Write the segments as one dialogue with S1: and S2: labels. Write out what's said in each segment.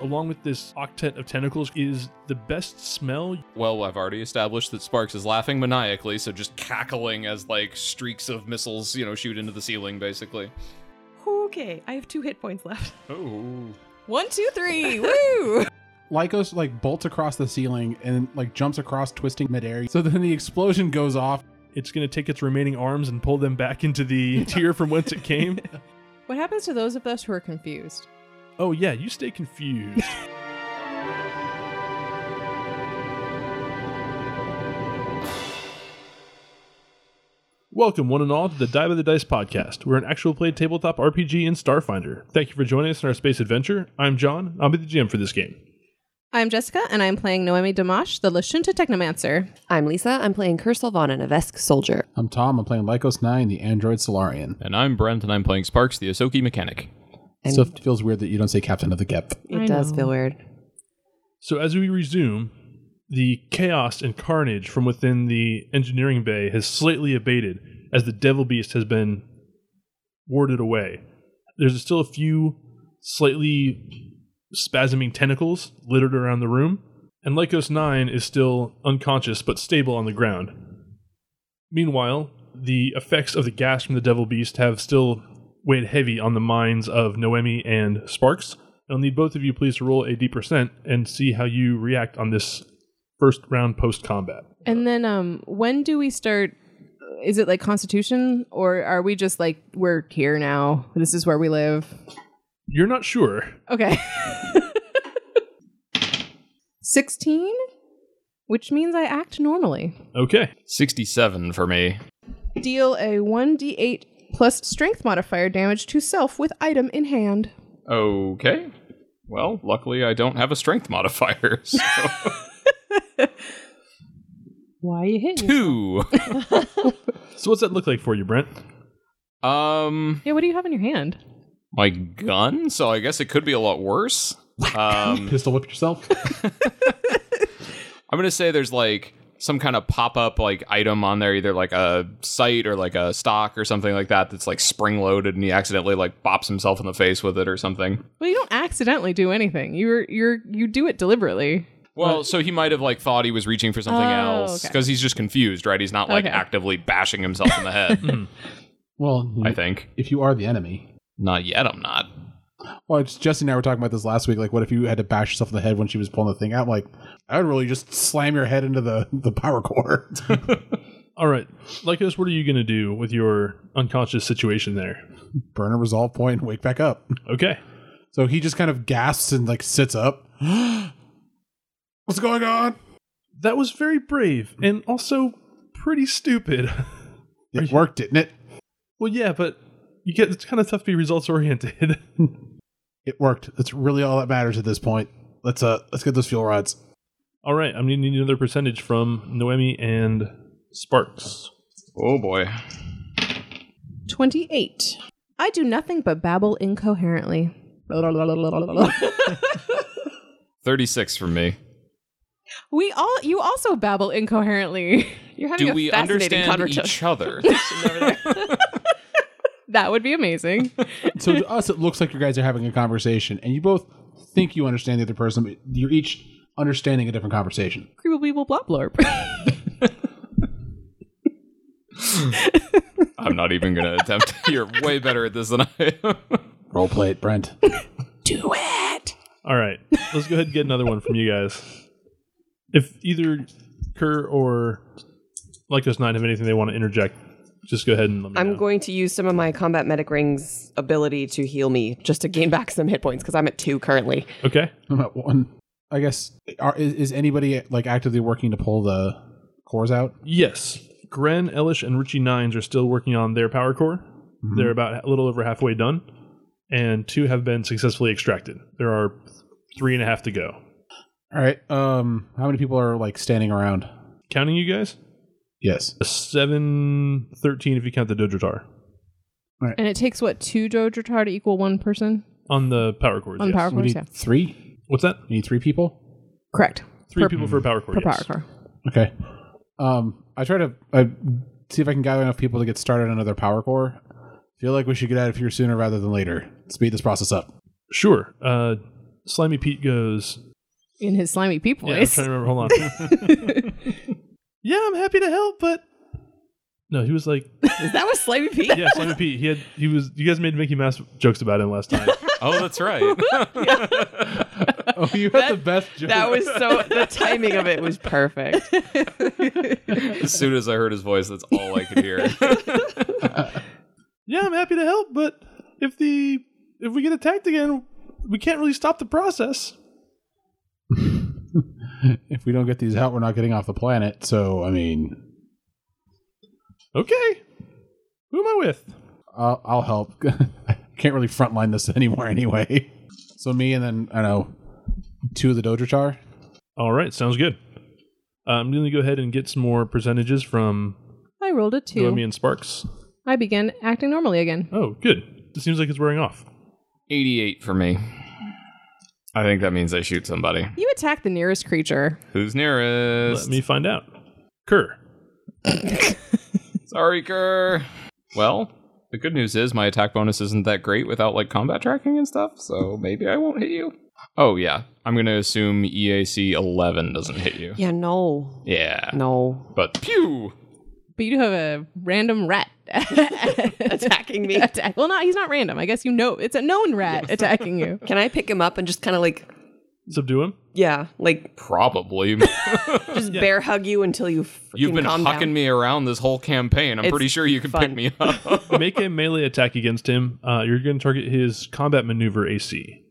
S1: along with this octet of tentacles, is the best smell.
S2: Well, I've already established that Sparks is laughing maniacally, so just cackling as like streaks of missiles, you know, shoot into the ceiling, basically.
S3: Okay, I have two hit points left.
S2: Oh.
S3: One, two, three. Woo!
S4: Lycos like bolts across the ceiling and like jumps across, twisting midair. So then the explosion goes off.
S1: It's going to take its remaining arms and pull them back into the tier from whence it came.
S3: What happens to those of us who are confused?
S1: Oh, yeah, you stay confused. Welcome, one and all, to the Die by the Dice podcast. We're an actual play tabletop RPG in Starfinder. Thank you for joining us in our space adventure. I'm John. I'll be the GM for this game.
S3: I'm Jessica, and I'm playing Noemi Damash, the Lashunta Technomancer.
S5: I'm Lisa. I'm playing Kersalvan, an Avesk soldier.
S4: I'm Tom. I'm playing Lycos 9, the android Solarian.
S2: And I'm Brent, and I'm playing Sparks, the Asoki mechanic.
S5: And
S4: so it feels weird that you don't say Captain of the Gap.
S5: it does feel weird.
S1: So, as we resume, the chaos and carnage from within the engineering bay has slightly abated as the devil beast has been warded away. There's still a few slightly spasming tentacles littered around the room, and Lycos 9 is still unconscious but stable on the ground. Meanwhile, the effects of the gas from the devil beast have still weighed heavy on the minds of Noemi and Sparks. I'll need both of you please to roll a D percent and see how you react on this first round post combat.
S3: And then, um, when do we start? uh, Is it like Constitution, or are we just like we're here now? This is where we live.
S1: You're not sure.
S3: Okay. Sixteen, which means I act normally.
S1: Okay.
S2: 67 for me.
S3: Deal a one d eight plus strength modifier damage to self with item in hand.
S2: Okay. Well, luckily I don't have a strength modifier. So.
S5: Why you hitting?
S2: Two.
S1: So what's that look like for you, Brent?
S2: Um,
S3: Yeah, what do you have in your hand?
S2: my gun. So I guess it could be a lot worse. Um,
S4: Pistol whip yourself.
S2: I'm gonna say there's like some kind of pop up like item on there, either like a sight or like a stock or something like that that's like spring loaded, and he accidentally like bops himself in the face with it or something.
S3: Well, you don't accidentally do anything. You're you're you do it deliberately.
S2: Well, so he might have like thought he was reaching for something
S3: Oh,
S2: else
S3: okay.
S2: because he's just confused, right? He's not like
S3: Okay.
S2: actively bashing himself in the head.
S4: well,
S2: I think
S4: if you are the enemy.
S2: not yet. I'm not.
S4: Well, it's Jesse and I were talking about this last week. Like, what if you had to bash yourself in the head when she was pulling the thing out? Like, I would really just slam your head into the, the power cord.
S1: All right. Lycos, what are you going to do with your unconscious situation there?
S4: Burn a resolve point and wake back up.
S1: Okay.
S4: So he just kind of gasps and like sits up. What's going on?
S1: That was very brave and also pretty stupid.
S4: It worked, didn't it?
S1: well, yeah, but you get it's kind of tough to be results oriented.
S4: It worked. That's really all that matters at this point. Let's uh let's get those fuel rods.
S1: All right, I'm going to need another percentage from Noemi and Sparks.
S2: Oh boy.
S3: 28. I do nothing but babble incoherently.
S2: Thirty six for me.
S3: we all you also babble incoherently. You're having
S2: Do
S3: a
S2: we
S3: fascinating
S2: understand
S3: conversation.
S2: each other?
S3: that would be amazing.
S4: So to us, it looks like you guys are having a conversation, and you both think you understand the other person, but you're each understanding a different conversation.
S3: Creeble weeble blop blorp.
S2: I'm not even gonna attempt. You're way better at this than I am.
S4: Role play it, Brent.
S3: do it.
S1: All right, let's go ahead and get another one from you guys. If either Kerr or Lycos Nine have anything they want to interject, just go ahead and let me
S5: I'm
S1: know.
S5: going to use some of my combat medic ring's ability to heal me just to gain back some hit points because I'm at two currently.
S1: okay,
S4: I'm at one. I guess are, is, is anybody like actively working to pull the cores out?
S1: yes, Gren, Elish, and Richie Nines are still working on their power core.
S4: Mm-hmm.
S1: They're about a little over halfway done, and two have been successfully extracted. There are three and a half to go.
S4: All right. Um, how many people are like standing around?
S1: Counting you guys,
S4: Yes.
S1: seven, thirteen if you count the Dojotar
S3: And it takes what two Dojotar to equal one person
S1: on the power cores.
S3: on
S1: yes.
S3: power
S4: We
S3: cores? Yeah,
S4: need three.
S1: What's that?
S4: We need three people.
S3: correct.
S1: Three
S3: Per-
S1: people for a power
S2: Oh,
S1: core.
S3: Per
S1: yes.
S3: power core.
S4: Okay. Um, I try to I see if I can gather enough people to get started on another power core. Feel like we should get out of here sooner rather than later. Speed this process up.
S1: Sure. Uh, Slimy Pete goes,
S3: in his slimy peep
S1: Yeah, I'm
S3: voice.
S1: trying to remember. Hold on. yeah, I'm happy to help, but no, he was like,
S3: that was slimy peep.
S1: yeah, Slimy Pete. He had, he was. You guys made Mickey Mouse jokes about him last time.
S2: Oh, that's right.
S4: Oh, you had the best joke.
S5: That was so. The timing of it was perfect.
S2: as soon as I heard his voice, that's all I could hear.
S1: yeah, I'm happy to help, but if the if we get attacked again, we can't really stop the process.
S4: if we don't get these out, we're not getting off the planet. So, I mean,
S1: Okay, who am I with?
S4: I'll, I'll help. I can't really frontline this anymore anyway. So me and then I know two of the Dodrachar.
S1: All right, sounds good. Uh, I'm going to go ahead and get some more percentages from
S3: I rolled a two.
S1: Noemi and Sparks.
S3: I began acting normally again.
S1: Oh, good. It seems like it's wearing off.
S2: 88 for me. I think that means I shoot somebody.
S3: You attack the nearest creature.
S2: Who's
S1: Let
S2: nearest?
S1: me find out. Kerr.
S2: Sorry, Kerr. Well, the good news is my attack bonus isn't that great without like combat tracking and stuff, so maybe I won't hit you. Oh yeah, I'm gonna assume E EAC 11 doesn't hit you.
S5: Yeah, no,
S2: Yeah,
S5: no,
S2: but pew.
S3: But you do have a random rat attacking
S5: me.
S3: Attack. Well, no, he's not random. I guess you know it's a known rat attacking you.
S5: Can I pick him up and just kind of like,
S1: Subdue him.
S5: yeah, like
S2: Probably.
S5: just bear hug you until you freaking
S2: You've been
S5: calm
S2: hucking
S5: down.
S2: me around this whole campaign. I'm
S5: It's
S2: pretty sure you can pick
S5: fun.
S2: me up.
S1: Make a melee attack against him. Uh, you're going to target his combat maneuver AC.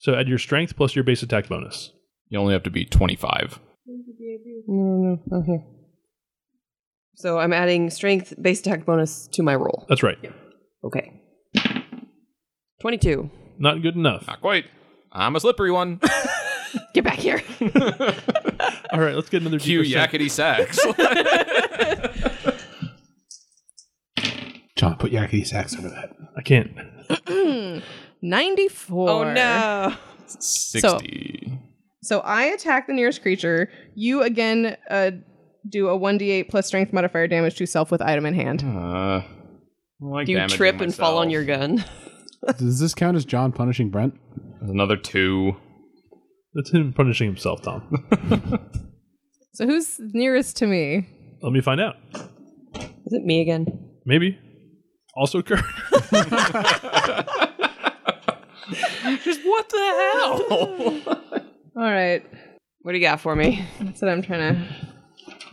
S1: So add your strength plus your base attack bonus.
S2: you only have to be 25.
S5: No, no, no, here. So I'm adding strength base attack bonus to my roll.
S1: That's right.
S5: Okay. 22.
S1: Not good enough.
S2: Not quite. I'm a slippery one.
S5: Get back here.
S1: All right, let's get another
S2: Cue
S1: D percent.
S2: yakety sax.
S4: John, put Yakety Sax over that.
S1: I can't.
S3: 94.
S5: Oh no.
S2: 60.
S3: So I attack the nearest creature. You again uh, do a 1d8 plus strength modifier damage to self with item in
S5: Hmm.
S3: hand.
S2: Uh,
S5: Do you trip and fall on your gun?
S4: Does this count as John punishing Brent?
S2: Another two.
S1: That's him punishing himself, Tom.
S3: So who's nearest to me?
S1: Let me find out.
S5: Is it me again?
S1: Maybe. Also, Kerr.
S5: What the hell?
S3: All right.
S5: What do you got for me?
S3: That's what I'm trying to.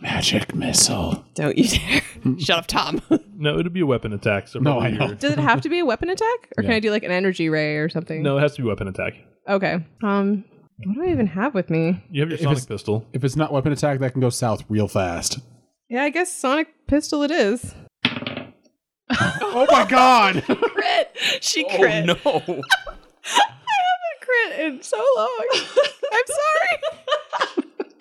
S4: Magic missile.
S5: Don't you dare. Shut up, Tom.
S1: no, it'd be a weapon attack. So
S4: No,
S1: probably
S4: I know.
S1: your-
S3: Does it have to be a weapon attack? Or can I do like an energy ray or something?
S1: No, it has to be weapon attack.
S3: Okay. Um, what do I even have with me?
S1: You have your
S4: If
S1: sonic
S4: it's-
S1: pistol.
S4: If it's not weapon attack, that can go south real fast.
S3: Yeah, I guess Sonic Pistol it is.
S4: oh my God!
S5: Crit. She crit.
S2: Oh, no.
S3: Crit in so long. I'm sorry.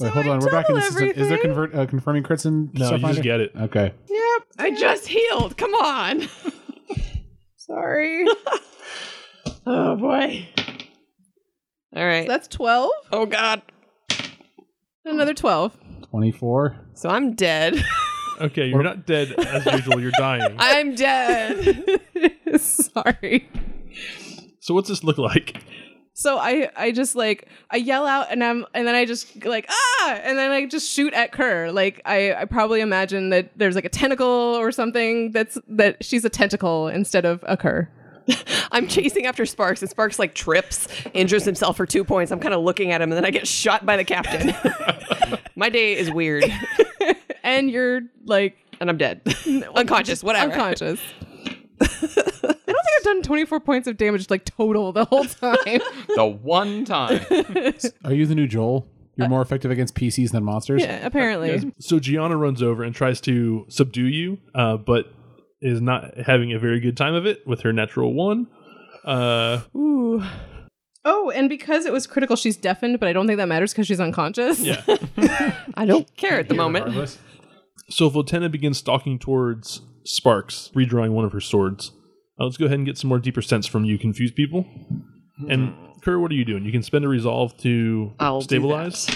S4: Wait, hold
S3: I
S4: on. We're back in the
S3: double
S4: system. Is there
S3: everything.
S4: convert, uh, confirming crits and
S1: No,
S4: stuff
S1: you
S4: on
S1: just
S4: here?
S1: get it.
S4: Okay.
S5: I just healed. Come on.
S3: Sorry.
S5: Oh boy. All right.
S3: That's 12.
S5: oh god.
S3: Another 12.
S4: Twenty-four.
S5: So I'm dead.
S1: Okay, you're not dead as usual. You're dying.
S5: I'm dead.
S3: sorry.
S1: So what's this look like?
S3: So I I just like I yell out and I'm and then I just like ah and then I just shoot at Kerr. Like I, I probably imagine that there's like a tentacle or something that's that she's a tentacle instead of a Kerr.
S5: I'm chasing after Sparks, and Sparks like trips, injures himself for two points. I'm kind of looking at him, and then I get shot by the captain. My day is weird,
S3: And you're like
S5: and I'm dead, unconscious, whatever.
S3: unconscious. I don't think I've done 24 points of damage like total the whole time.
S2: The one time.
S4: Are you the new Joel? You're more effective against PCs than monsters.
S3: yeah, apparently.
S1: So Gianna runs over and tries to subdue you, uh, but is not having a very good time of it with her natural one. Uh,
S3: Ooh. Oh, and because it was critical, she's deafened, but I don't think that matters because she's unconscious.
S1: yeah.
S5: I don't care at the moment.
S1: so Voltena begins stalking towards Sparks, redrawing one of her swords. Uh, let's go ahead and get some more deeper sense from you, confused people. And Kerr, what are you doing? You can spend a resolve to
S5: I'll do
S1: stabilize.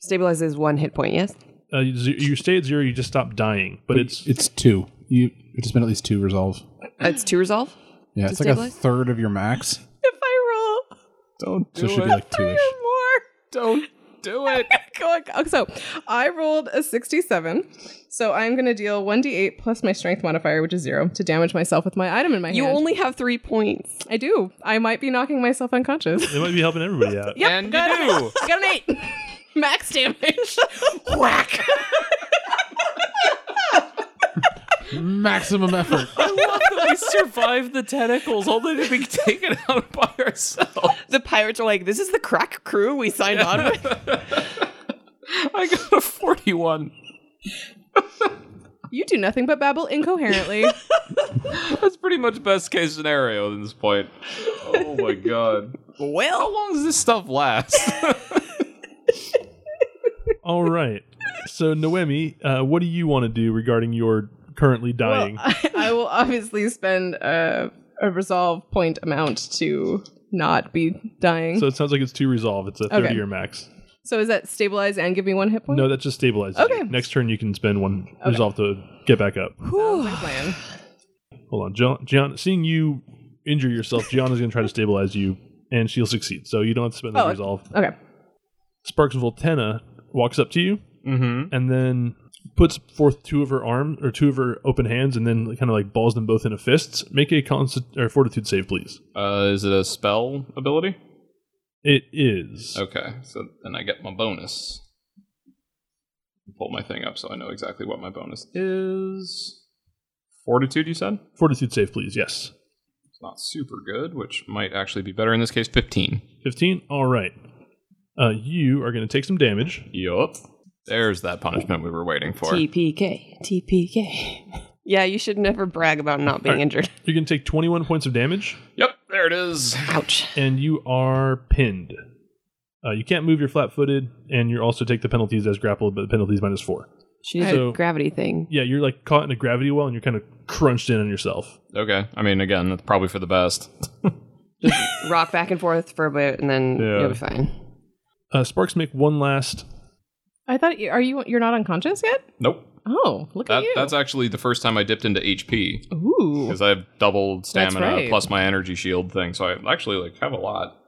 S5: Stabilize is one hit point. Yes.
S1: Uh, you, ze- you stay at zero. You just stop dying, but it's
S4: It's two. You it's been at least two resolve.
S5: It's two resolve.
S4: Yeah, it's like a
S5: stabilize?
S4: third of your max.
S3: If I
S2: Don't do
S4: So it should
S2: it.
S4: be like two ish.
S3: More.
S2: Don't do it.
S3: Going- oh, So I rolled a 67. So I'm going to deal 1d8 plus my strength modifier, which is zero, to damage myself with my item in my
S5: You
S3: hand.
S5: only have three points.
S3: I do. I might be knocking myself unconscious.
S1: It might be helping everybody out.
S3: Yep,
S2: and
S3: got
S2: you do.
S3: I got an eight. Max damage.
S5: Whack!
S4: Maximum effort.
S2: we survived the tentacles, only to be taken out by ourselves.
S5: the pirates are like, this is the crack crew we signed on with.
S2: I got a 41.
S3: you do nothing but babble incoherently.
S2: That's pretty much best case scenario at this point. Oh my god. How
S5: Well,
S2: long does this stuff last?
S1: All right. So, Noemi, uh, what do you want to do regarding your currently dying?
S3: I, I will obviously spend uh, a resolve point amount to not be dying.
S1: so
S3: So,
S1: it sounds like it's two resolve. It's a
S3: Okay.
S1: thirty year max.
S3: is that stabilize and give me one hit point?
S1: No, that just stabilizes. you.
S3: Okay.
S1: Next turn, you can spend one resolve to get back up.
S3: Sounds like plan.
S1: Hold on, John. Gian, seeing you injure yourself, Gianna's going to try to stabilize you, and she'll succeed. So you don't have to spend the
S3: Oh,
S1: resolve.
S3: Okay.
S1: Sparks Voltena walks up to you
S2: mm-hmm.
S1: and then puts forth two of her arms or two of her open hands, and then kind of like balls them both into fists. Make a consti- or fortitude save, please.
S2: Uh, is it a spell ability?
S1: It is.
S2: Okay, so then I get my bonus. Pull my thing up so I know exactly what my bonus is. Fortitude, you said?
S1: Fortitude save, please. Yes.
S2: It's not super good, which might actually be better in this case. 15.
S1: 15. All right. Uh, you are going to take some damage.
S2: Yup. There's that punishment we were waiting for.
S5: TPK, TPK. Yeah, you should never brag about not being injured.
S1: You're going to take 21 points of damage,
S2: Yep, there it is.
S5: Ouch.
S1: and you are pinned. Uh, you can't move. You're flat footed, and you also take the penalties as grappled, but the penalties minus four.
S5: She did
S1: So-
S5: a gravity thing.
S1: Yeah, you're like caught in a gravity well, and you're kind of crunched in on yourself.
S2: Okay, I mean, again, that's probably for the best.
S5: Rock back and forth for a bit, and then
S2: Yeah.
S5: you'll be fine.
S1: Uh, Sparks make one last.
S3: I thought you, are you you're not unconscious yet?
S2: Nope.
S3: Oh, look at
S2: That,
S3: you.
S2: that's actually the first time I dipped into HP
S3: Ooh.
S2: because I have double stamina
S3: right.
S2: plus my energy shield thing, so I actually like have a lot.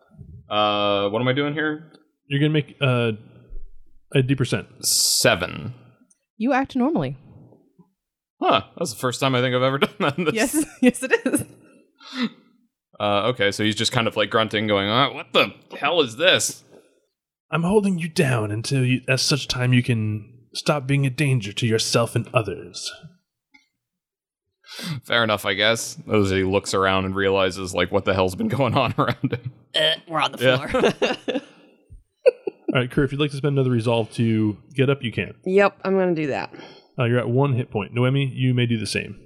S2: Uh, what am I doing here?
S1: You're gonna make uh, a D percent.
S2: Seven.
S3: You act normally.
S2: Huh. That's the first time I think I've ever done that. in this-
S3: Yes, yes it is.
S2: Uh, okay, so he's just kind of like grunting, going, uh, "What the hell is this?"
S1: I'm holding you down until you, at such time you can stop being a danger to yourself and others.
S2: Fair enough, I guess. As he looks around and realizes, like, what the hell's been going on around him.
S5: Uh, we're on the
S2: Yeah.
S1: All right, Kerr, if you'd like to spend another resolve to get up, you can.
S5: yep, I'm gonna do that.
S1: Uh, you're at one hit point. Noemi, you may do the same.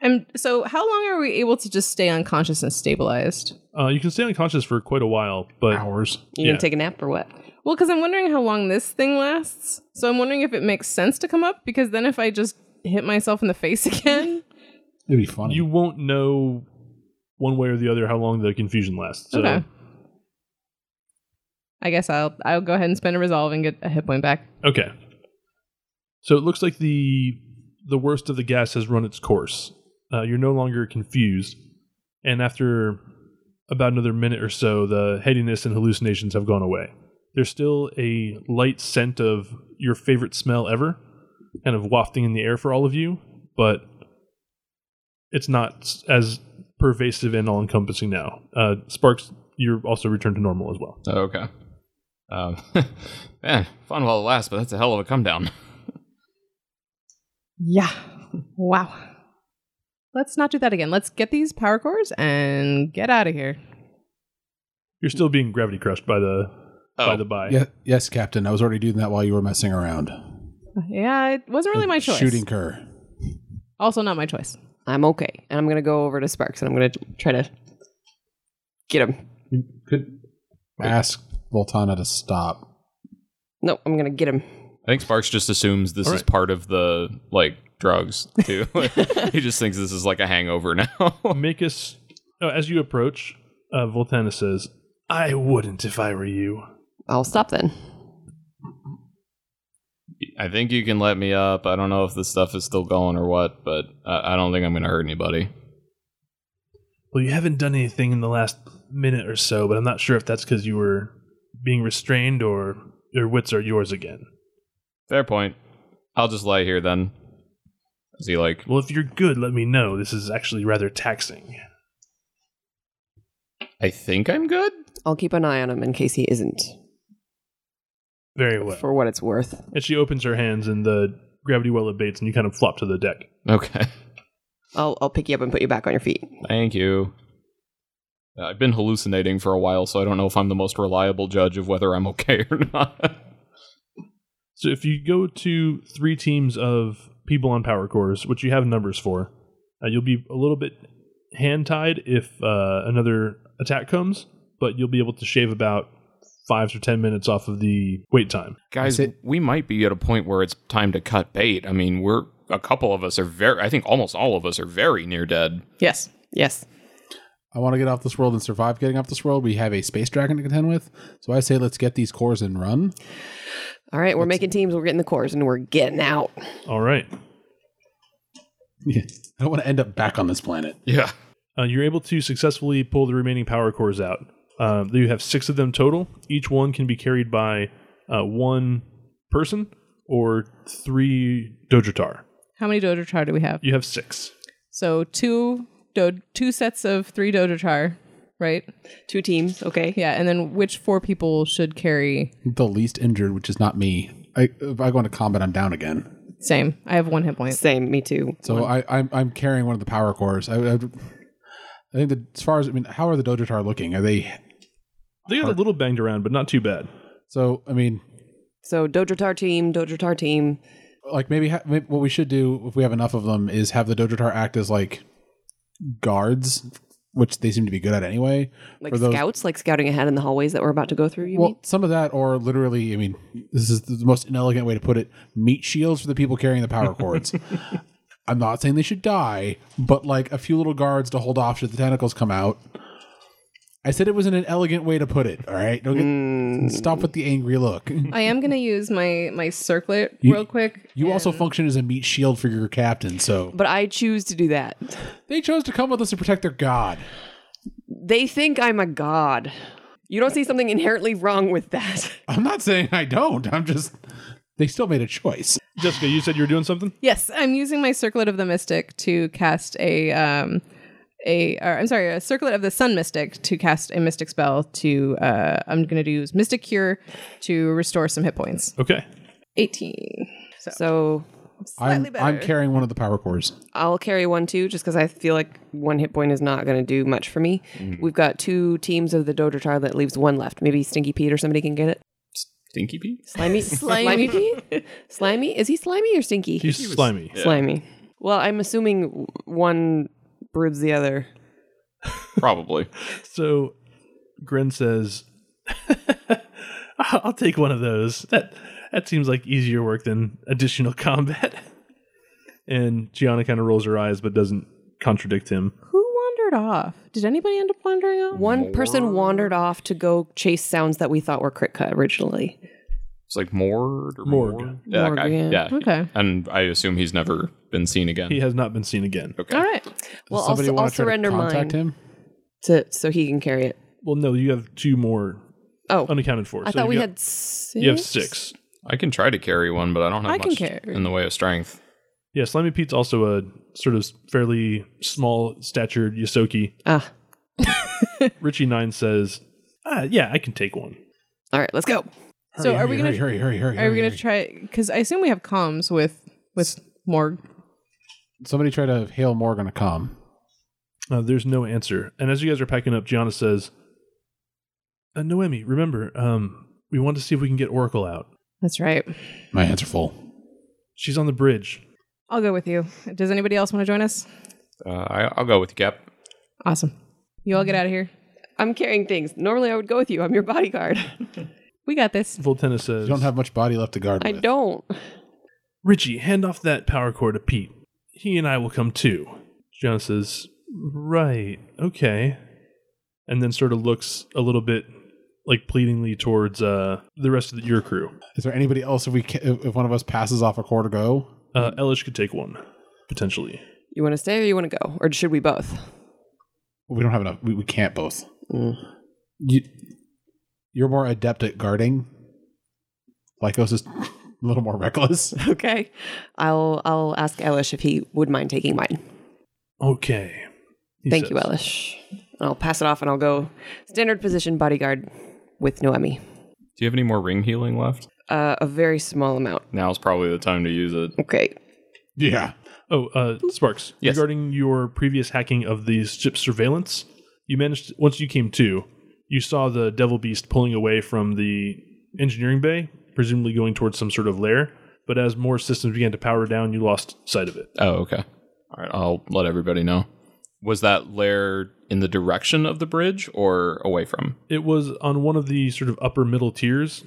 S3: And so how long are we able to just stay unconscious and stabilized?
S1: Uh, you can stay unconscious for quite a while, but
S4: Hours.
S5: You
S1: Yeah.
S5: gonna take a nap or what?
S3: Well, because I'm wondering how long this thing lasts. So I'm wondering if it makes sense to come up because then if I just hit myself in the face again,
S4: It'd be funny.
S1: you won't know one way or the other how long the confusion lasts. So
S3: Okay. I guess I'll I'll go ahead and spend a resolve and get a hit point back.
S1: Okay. So it looks like the the worst of the gas has run its course. Uh, you're no longer confused, and after about another minute or so, the headiness and hallucinations have gone away. There's still a light scent of your favorite smell ever, kind of wafting in the air for all of you, but it's not s- as pervasive and all encompassing now. Uh, Sparks, you're also returned to normal as well.
S2: Okay. Um, man, fun while it lasts, but that's a hell of a come down.
S3: Yeah. Wow. Let's not do that again. Let's get these power cores and get out of here.
S1: You're still being gravity crushed by the by
S2: Oh.
S1: the by.
S4: Yeah, yes, Captain. I was already doing that while you were messing around.
S3: Yeah, it wasn't really my choice.
S4: Shooting Kerr.
S3: Also not my choice.
S5: I'm okay, and I'm gonna go over to Sparks, and I'm gonna try to get him.
S2: Could
S4: Ask Voltana to stop.
S5: No, I'm gonna get him.
S2: I think Sparks just assumes this is
S1: Alright.
S2: part of the like drugs too. he just thinks this is like a hangover now.
S1: make us oh, as you approach uh, voltana says i wouldn't if i were you
S5: I'll stop then.
S2: I think you can let me up. I don't uh, know if this stuff is still going or what, but I, I don't think I'm gonna hurt anybody.
S1: well, you haven't done anything in the last minute or so, but I'm not sure if that's because you were being restrained or your wits are yours again.
S2: Fair point. I'll just lie here then. Is he like,
S1: Well, if you're good, let me know. This is actually rather taxing.
S2: I think I'm good?
S5: I'll keep an eye on him in case he isn't,
S1: Very well.
S5: for what it's worth.
S1: and she opens her hands, and the gravity well abates, and you kind of flop to the deck.
S2: Okay.
S5: I'll, I'll pick you up and put you back on your feet.
S2: Thank you. Uh, I've been hallucinating for a while, so I don't know if I'm the most reliable judge of whether I'm okay or not.
S1: So if you go to three teams of people on power cores, which you have numbers for, uh, you'll be a little bit hand tied if uh, another attack comes, but you'll be able to shave about five to ten minutes off of the wait time.
S2: Guys, we might be at a point where it's time to cut bait. I mean, we're a couple of us are very I think almost all of us are very near dead.
S3: Yes.
S5: Yes.
S4: I want to get off this world and survive getting off this world. We have a space dragon to contend with. So I say let's get these cores and run.
S5: All right, we're making teams, we're getting the cores, and we're getting out.
S1: All right.
S4: I don't want to end up back on this planet.
S2: Yeah.
S1: Uh, you're able to successfully pull the remaining power cores out. Um, you have six of them total. Each one can be carried by uh, one person or three Dojotar.
S3: How many Dodotar do we have?
S1: You have six.
S3: So two do- two sets of three Dodotar, right?
S5: Two teams, okay.
S3: Yeah, and then which four people should carry?
S4: The least injured, which is not me. I, if I go into combat, I'm down again.
S3: Same. I have one hit point.
S5: Same, me too.
S4: So I, I'm, I'm carrying one of the power cores. I, I, I think that as far as I mean, how are the Dojotar looking? Are they
S1: They got a little banged around, but not too bad.
S4: so? I mean,
S5: So Dojotar team, Dojotar team.
S4: like maybe, ha- maybe what we should do if we have enough of them is have the Dojotar act as like guards, which they seem to be good at anyway.
S5: Like
S4: for those-
S5: scouts, like scouting ahead in the hallways that we're about to go through, you
S4: Well, some of that, or literally, I mean, this is the most inelegant way to put it meat shields for the people carrying the power cords. I'm not saying they should die, but like a few little guards to hold off should the tentacles come out. I said it was an elegant way to put it, all right? Don't get,
S5: Mm.
S4: Stop with the angry look.
S3: I am gonna use my my circlet
S4: You-
S3: real quick.
S4: You also function as a meat shield for your captain, so
S5: mean? But I choose to do that.
S4: they chose to come with us to protect their god.
S5: They think I'm a god. You don't see something inherently wrong with that.
S4: I'm not saying I don't. I'm just they still made a choice.
S1: Jessica, you said you were doing something?
S3: Yes, I'm using my circlet of the mystic to cast a um a or, I'm sorry, a circlet of the sun mystic to cast a mystic spell to uh I'm gonna do mystic cure to restore some hit points.
S1: Okay.
S3: 18. So,
S5: So
S4: I'm,
S3: Slightly
S4: I'm
S3: better.
S4: carrying one of the power cores.
S5: I'll carry one too, just because I feel like one hit point is not going to do much for me.
S1: Mm-hmm.
S5: We've got two teams of the Dodotar that leaves one left. Maybe Stinky Pete or somebody can get it.
S2: Stinky Pete?
S5: Slimy, slimy, Pete? slimy. Is he slimy or Stinky?
S1: He's slimy.
S5: slimy. Well, I'm assuming w- one broods the other.
S2: Probably.
S1: So Grin says, I'll I'll take one of those. That that seems like easier work than additional combat. And Gianna kind of rolls her eyes but doesn't contradict him.
S3: who wandered off? Did anybody end up wandering off?
S5: One person wandered off to go chase sounds that we thought were Kritka originally.
S2: It's like Mord or
S1: Morg.
S2: Mord? Yeah,
S5: Morg,
S2: okay.
S5: yeah.
S2: yeah.
S3: Okay.
S2: And I assume he's never been seen again.
S1: He has not been seen again.
S3: All right.
S5: Well, I'll,
S4: Somebody
S5: su-
S4: wanna try
S5: I'll
S4: to
S5: surrender mine
S4: contact him.
S5: to so he can carry it.
S1: Well, no, you have two more
S5: Oh,
S1: unaccounted for.
S5: I thought we
S1: you
S5: had six.
S1: You have six.
S2: I can try to carry one, but I don't have
S3: I can
S2: much
S3: carry.
S2: in the way of strength.
S1: Yeah, Slimy Pete's also a sort of fairly small statured Yosoki.
S5: Ah,
S1: Richie Nine says, ah, "Yeah, I can take one."
S5: all right, let's go.
S3: So are we
S4: hurry,
S3: gonna-
S4: hurry, hurry, hurry,
S3: Are we
S4: hurry,
S3: gonna
S4: hurry.
S3: try? Because I assume we have comms with with Morg.
S4: Somebody try to hail Morgan to come.
S1: Uh, there's no answer. And as you guys are packing up, Gianna says, uh, Noemi, remember, um, we want to see if we can get Oracle out.
S3: That's right.
S4: My hands are full.
S1: She's on the bridge.
S3: I'll go with you. Does anybody else want to join us?
S2: Uh, I, I'll go with you, Cap.
S3: Awesome. You all get out of here.
S5: I'm carrying things. Normally, I would go with you. I'm your bodyguard.
S3: We got this.
S1: Voltena says,
S4: You don't have much body left to guard.
S5: I
S4: with.
S5: don't.
S1: Richie, hand off that power core to Pete. He and I will come too. Gianna says, Right, okay. And then sort of looks a little bit like pleadingly towards uh, the rest of the, your crew.
S4: Is there anybody else if we ca- if if one of us passes off a core to go?
S1: Uh, Elish could take one, potentially.
S5: You want to stay or you want to go? Or should we both?
S4: we don't have enough. We, we can't both. You, you're more adept at guarding. Lycos is a little more reckless.
S5: Okay. I'll I'll ask Elish if he would mind taking mine.
S1: Okay. he
S5: Thank you,
S1: says.
S5: Elish. I'll pass it off and I'll go standard position bodyguard with Noemi.
S2: Do you have any more ring healing left?
S5: Uh, a very small amount.
S2: Now's probably the time to use it.
S5: Okay.
S4: Yeah.
S1: Oh, uh, Sparks.
S2: Yes.
S1: Regarding your previous hacking of the ship's surveillance, you managed once you came to, you saw the Devil Beast pulling away from the engineering bay, presumably going towards some sort of lair. But as more systems began to power down, you lost sight of it.
S2: Oh, okay. All right, I'll let everybody know. Was that lair in the direction of the bridge or away from?
S1: It was on one of the sort of upper middle tiers,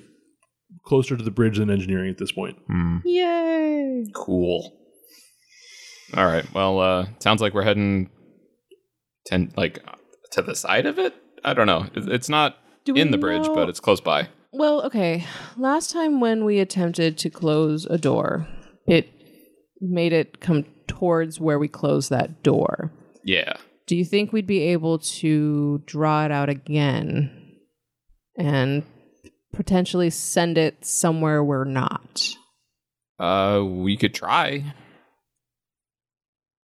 S1: closer to the bridge than engineering at this point.
S4: Hmm.
S3: Yay.
S2: Cool. All right. Well, uh sounds like we're heading ten like to the side of it. I don't know. It- It's not
S3: Do we
S2: in the bridge,
S3: know-
S2: but it's close by.
S3: Well, okay. Last time when we attempted to close a door, it made it come towards where we closed that door.
S2: Yeah.
S3: Do you think we'd be able to draw it out again and potentially send it somewhere we're not?
S2: Uh we could try.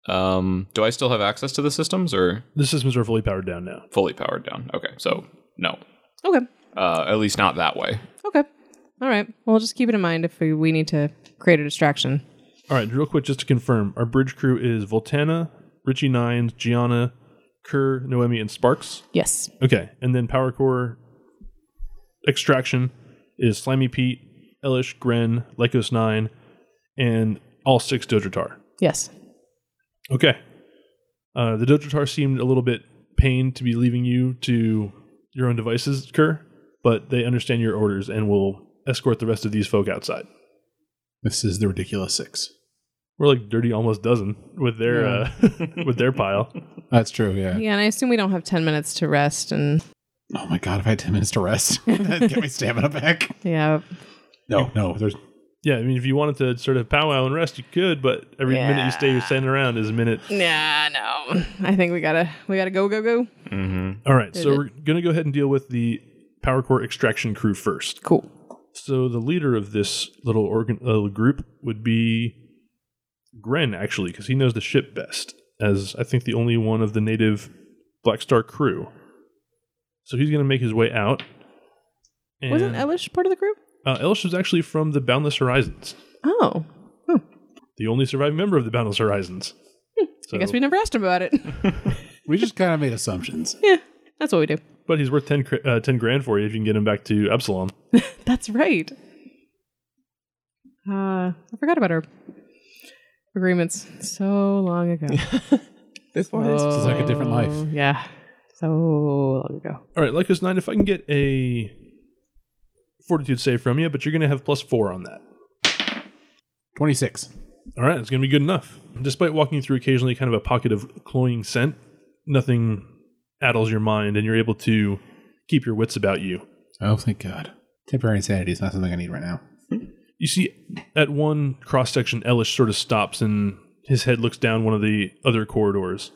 S2: Um do I still have access to the systems or
S1: The systems are fully powered down now.
S2: fully powered down? Okay. So, no.
S3: Okay.
S2: Uh at least not that way.
S3: Okay. All right. Well, just keep it in mind if we, we need to create a distraction.
S1: All right, real quick, just to confirm, our bridge crew is Voltana, Richie Nines, Gianna, Kerr, Noemi, and Sparks.
S3: Yes.
S1: Okay, and then power core extraction is Slimy Pete, Elish, Gren, Lycos Nine, and all six Dojotar.
S3: Yes.
S1: Okay, uh, the Dojotar seemed a little bit pained to be leaving you to your own devices, Kerr, but they understand your orders and will escort the rest of these folk outside.
S4: This is the ridiculous six.
S1: We're like dirty almost dozen with their uh, with their pile.
S4: That's true. Yeah.
S3: Yeah, and I assume we don't have 10 minutes to rest and
S4: Oh my god! If I had ten minutes to rest, get my stamina back.
S3: yeah,
S4: No, no. There's
S1: Yeah, I mean, if you wanted to sort of powwow and rest, you could, but every minute you stay, you're standing around is a minute
S3: Nah, no. I think we gotta we gotta go go go.
S1: All right, so we're going to go ahead and deal with the power core extraction crew first.
S3: Cool.
S1: So the leader of this little organ uh, group would be Gren, actually, because he knows the ship best, as I think the only one of the native Black Star crew. So he's going to make his way out. And,
S3: Wasn't Elish part of the group?
S1: Uh, Elish was actually from the Boundless Horizons,
S3: Oh,
S1: the only surviving member of the Boundless Horizons. So,
S3: I guess we never asked him about it.
S4: we just kind of made assumptions.
S3: yeah, that's what we do.
S1: but he's worth 10, cr- uh, 10 grand for you if you can get him back to Absalom.
S3: That's right. Uh, I forgot about our agreements so long ago.
S2: This
S3: this
S4: is like a different life.
S3: Yeah, so long ago.
S1: All right, Lycos 9, if I can get a fortitude save from you, but you're going to have plus four on that.
S4: Twenty six.
S1: All right, it's going to be good enough. Despite walking through occasionally kind of a pocket of cloying scent, nothing addles your mind and you're able to keep your wits about you.
S4: Oh, thank God. Temporary insanity is not something I need right now.
S1: You see, at one cross section, Elish sort of stops and his head looks down one of the other corridors,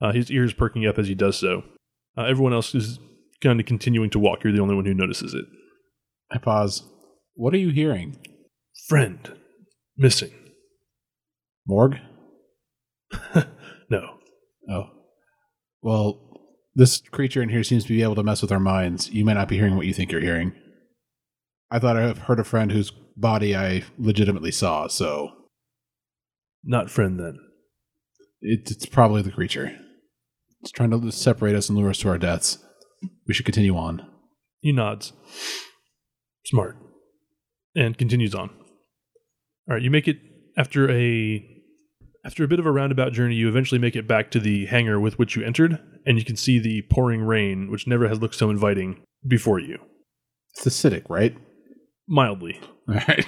S1: uh, his ears perking up as he does so. Uh, everyone else is kind of continuing to walk. You're the only one who notices it.
S4: I pause. What are you hearing?
S1: Friend, missing.
S4: Morgue?
S1: No.
S4: Oh. Well, this creature in here seems to be able to mess with our minds. You may not be hearing what you think you're hearing. I thought I have heard a friend whose body I legitimately saw, so
S1: Not friend then.
S4: it, it's probably the creature. It's trying to separate us and lure us to our deaths. We should continue on.
S1: He nods. Smart. And continues on. All right, you make it after a after a bit of a roundabout journey, you eventually make it back to the hangar with which you entered, and you can see the pouring rain, which never has looked so inviting before you.
S4: It's acidic, right?
S1: Mildly.
S4: All right.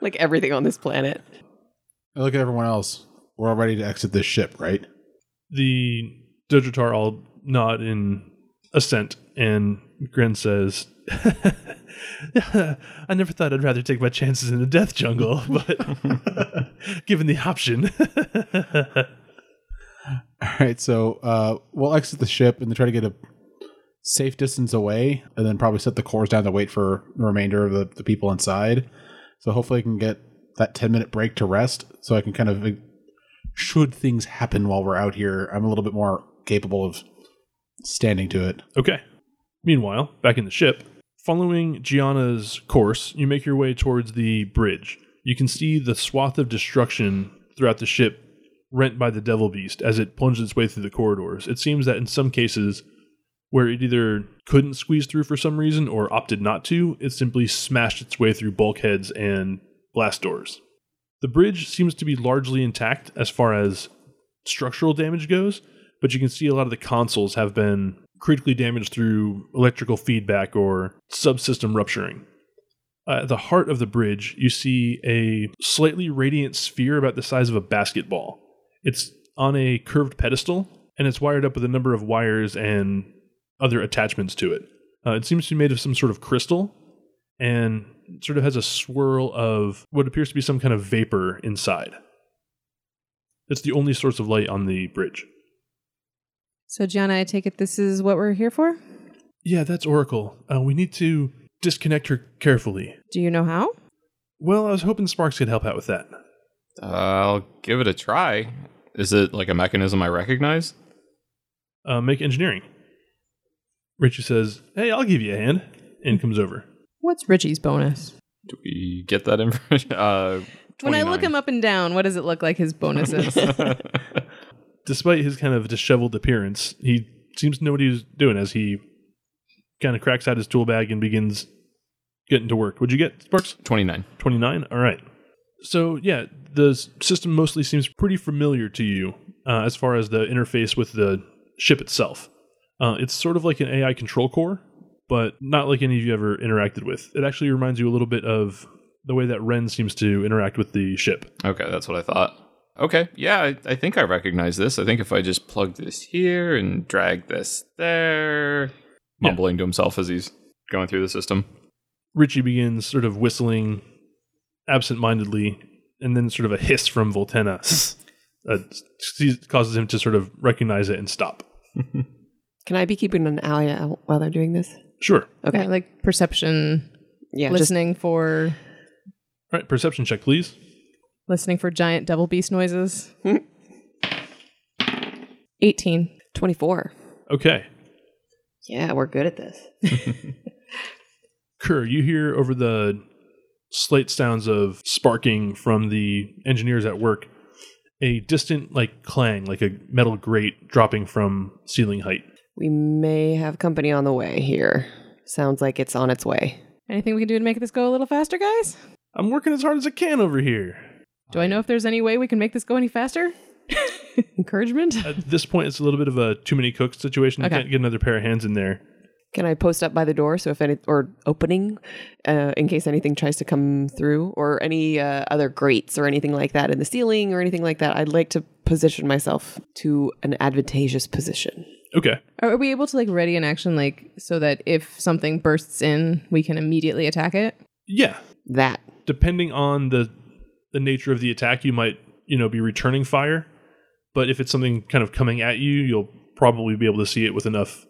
S5: Like everything on this planet.
S4: I look at everyone else. We're all ready to exit this ship, right?
S1: The Dojotar all nod in assent, and Grin says, I never thought I'd rather take my chances in the death jungle, but given the option.
S4: All right, so uh, we'll exit the ship and then try to get a safe distance away, and then probably set the cores down to wait for the remainder of the, the people inside. So hopefully, I can get that ten minute break to rest, so I can kind of, should things happen while we're out here, I'm a little bit more capable of standing to it.
S1: Okay. Meanwhile, back in the ship, following Gianna's course, you make your way towards the bridge. You can see the swath of destruction throughout the ship rent by the devil beast as it plunged its way through the corridors. It seems that in some cases where it either couldn't squeeze through for some reason or opted not to, it simply smashed its way through bulkheads and blast doors. The bridge seems to be largely intact as far as structural damage goes, but you can see a lot of the consoles have been critically damaged through electrical feedback or subsystem rupturing. Uh, at the heart of the bridge, you see a slightly radiant sphere about the size of a basketball. It's on a curved pedestal, and it's wired up with a number of wires and other attachments to it. Uh, it seems to be made of some sort of crystal, and sort of has a swirl of what appears to be some kind of vapor inside. That's the only source of light on the bridge.
S3: So, Gianna, I take it this is what we're here for?
S1: Yeah, that's Oracle. Uh, we need to disconnect her carefully.
S3: Do you know how?
S1: Well, I was hoping Sparks could help out with that.
S2: Uh, I'll give it a try. Is it like a mechanism I recognize?
S1: Uh, make engineering. Richie says, Hey, I'll give you a hand, and comes over.
S3: What's Richie's bonus?
S2: Do we get that information? Uh,
S3: When I look
S2: 29.
S3: him up and down, what does it look like his bonus is?
S1: Despite his kind of disheveled appearance, he seems to know what he's doing as he kind of cracks out his tool bag and begins getting to work. What'd you get, Sparks?
S2: 29.
S1: 29 all right so yeah the s- system mostly seems pretty familiar to you uh, as far as the interface with the ship itself uh, it's sort of like an ai control core but not like any of you ever interacted with it actually reminds you a little bit of the way that ren seems to interact with the ship
S2: Okay, that's what I thought. Okay, yeah, I, I think I recognize this. I think if I just plug this here and drag this there, mumbling to himself as he's going through the system.
S1: richie begins sort of whistling absent-mindedly and then sort of a hiss from voltena uh, s- causes him to sort of recognize it and stop
S5: Can I be keeping an eye out while they're doing this?
S1: sure
S5: Okay.
S3: Yeah, like perception,
S5: Yeah. just-
S3: listening for
S1: all right perception check please
S3: listening for giant devil beast noises. 18.
S5: 24.
S1: okay
S5: Yeah, we're good at this.
S1: Kerr, you hear over the slate sounds of sparking from the engineers at work a distant like clang, like a metal grate dropping from ceiling height.
S5: We may have company on the way here. Sounds like it's on its way.
S3: Anything we can do to make this go a little faster, guys?
S1: I'm working as hard as I can over here.
S3: Do I know if there's any way we can make this go any faster? Encouragement?
S1: At this point, it's a little bit of a too many cooks situation.
S3: Okay.
S1: You can't get another pair of hands in there.
S5: Can I post up by the door so if any or opening uh, in case anything tries to come through or any uh, other grates or anything like that in the ceiling or anything like that? I'd like to position myself to an advantageous position.
S1: Okay.
S3: Are we able to like ready an action like so that if something bursts in, we can immediately attack it?
S1: Yeah.
S5: That
S1: Depending on the the nature of the attack, you might you know be returning fire, but if it's something kind of coming at you, you'll probably be able to see it with enough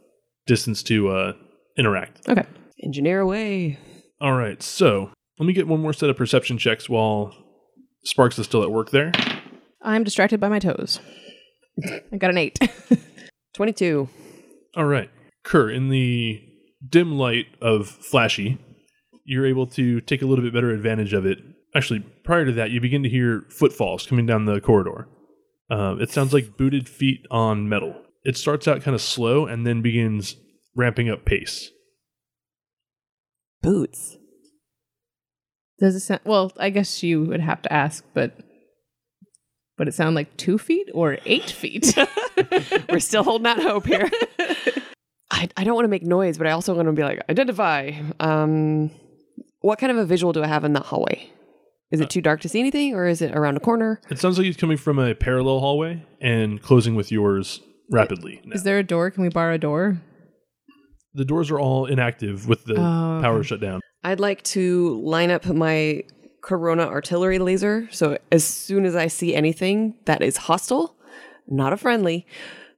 S1: distance to uh, interact.
S3: Okay.
S5: engineer away.
S1: All right, so let me get one more set of perception checks while Sparks is still at work there.
S3: I'm distracted by my toes. I got an 8.
S5: Twenty-two.
S1: All right, Kerr, in the dim light of Flashy, you're able to take a little bit better advantage of it. Actually, prior to that, you begin to hear footfalls coming down the corridor. Uh, it sounds like booted feet on metal. It starts out kind of slow and then begins ramping up pace.
S5: Boots.
S3: Does it sound well, I guess you would have to ask, but would it sound like two feet or eight feet?
S5: We're still holding out hope here. I, I don't want to make noise, but I also want to be like, identify. Um, what kind of a visual do I have in that hallway? Is it too dark to see anything or is it around a corner?
S1: It sounds like he's coming from a parallel hallway and closing with yours rapidly. now.
S3: Is there a door? Can we borrow a door?
S1: the doors are all inactive with the
S3: Oh,
S1: power
S3: okay.
S1: shut down.
S5: I'd like to line up my Corona artillery laser. So as soon as I see anything that is hostile, not a friendly,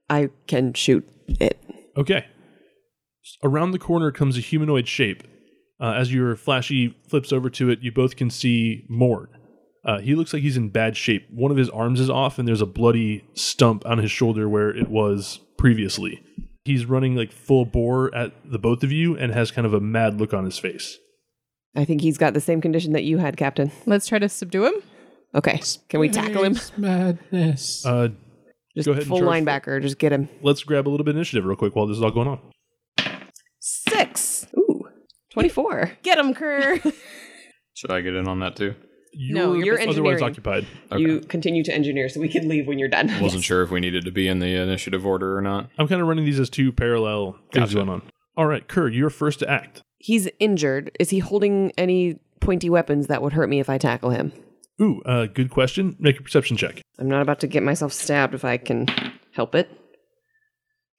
S5: I can shoot it.
S1: Okay. Around the corner comes a humanoid shape. Uh, as your flashy flips over to it, you both can see Mord. Uh, he looks like he's in bad shape. One of his arms is off, and there's a bloody stump on his shoulder where it was previously. He's running like full bore at the both of you and has kind of a mad look on his face.
S5: I think he's got the same condition that you had, Captain.
S3: Let's try to subdue him.
S5: Okay, can we tackle him?
S4: Madness.
S1: Uh,
S5: Just
S1: go ahead and
S5: full
S1: charge
S5: linebacker, just get him.
S1: let's grab a little bit of initiative real quick while this is all going on.
S3: Six.
S5: Ooh, 24.
S3: Get him, Kerr.
S2: Should I get in on that too?
S5: No, you're
S1: otherwise
S5: engineering.
S1: occupied.
S2: Okay.
S5: You continue to engineer so we can leave when you're done.
S2: Wasn't sure if we needed to be in the initiative order or not.
S1: I'm kind of running these as two parallel things
S2: Gotcha.
S1: going on. All right, Kerr, you're first to act.
S5: He's injured. Is he holding any pointy weapons that would hurt me if I tackle him?
S1: Ooh, uh, good question. Make a perception check.
S5: I'm not about to get myself stabbed if I can help it.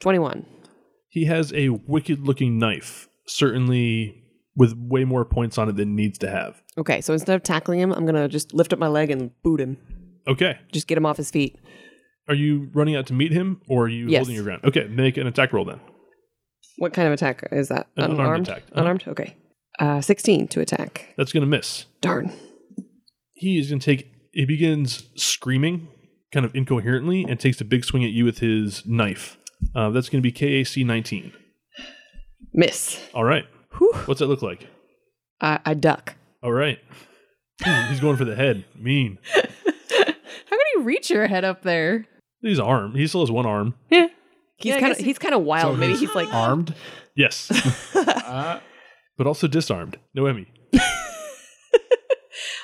S5: 21.
S1: He has a wicked looking knife, certainly with way more points on it than it needs to have.
S5: Okay, so instead of tackling him, I'm going to just lift up my leg and boot him.
S1: Okay.
S5: Just get him off his feet.
S1: Are you running out to meet him or are you
S5: Yes.
S1: holding your ground? Okay, make an attack roll then.
S5: What kind of attack is that?
S1: An unarmed attack. Uh-huh.
S5: Unarmed? Okay. Uh, 16 to attack.
S1: That's going to miss.
S5: Darn.
S1: He is going to take, he begins screaming kind of incoherently and takes a big swing at you with his knife. Uh, that's going to be KAC 19.
S5: Miss.
S1: All right.
S5: Whew.
S1: What's that look like?
S5: I, I duck.
S1: All right. Ooh, He's going for the head. Mean.
S3: How can you reach your head up there?
S1: His arm. He still has one arm.
S5: He's
S3: Yeah, I
S5: kind of
S3: guess-
S5: he's kind of wild.
S4: So
S5: Maybe
S4: he's
S5: he's like
S4: Armed. Uh,
S1: Yes. but also disarmed. No E. Emmy.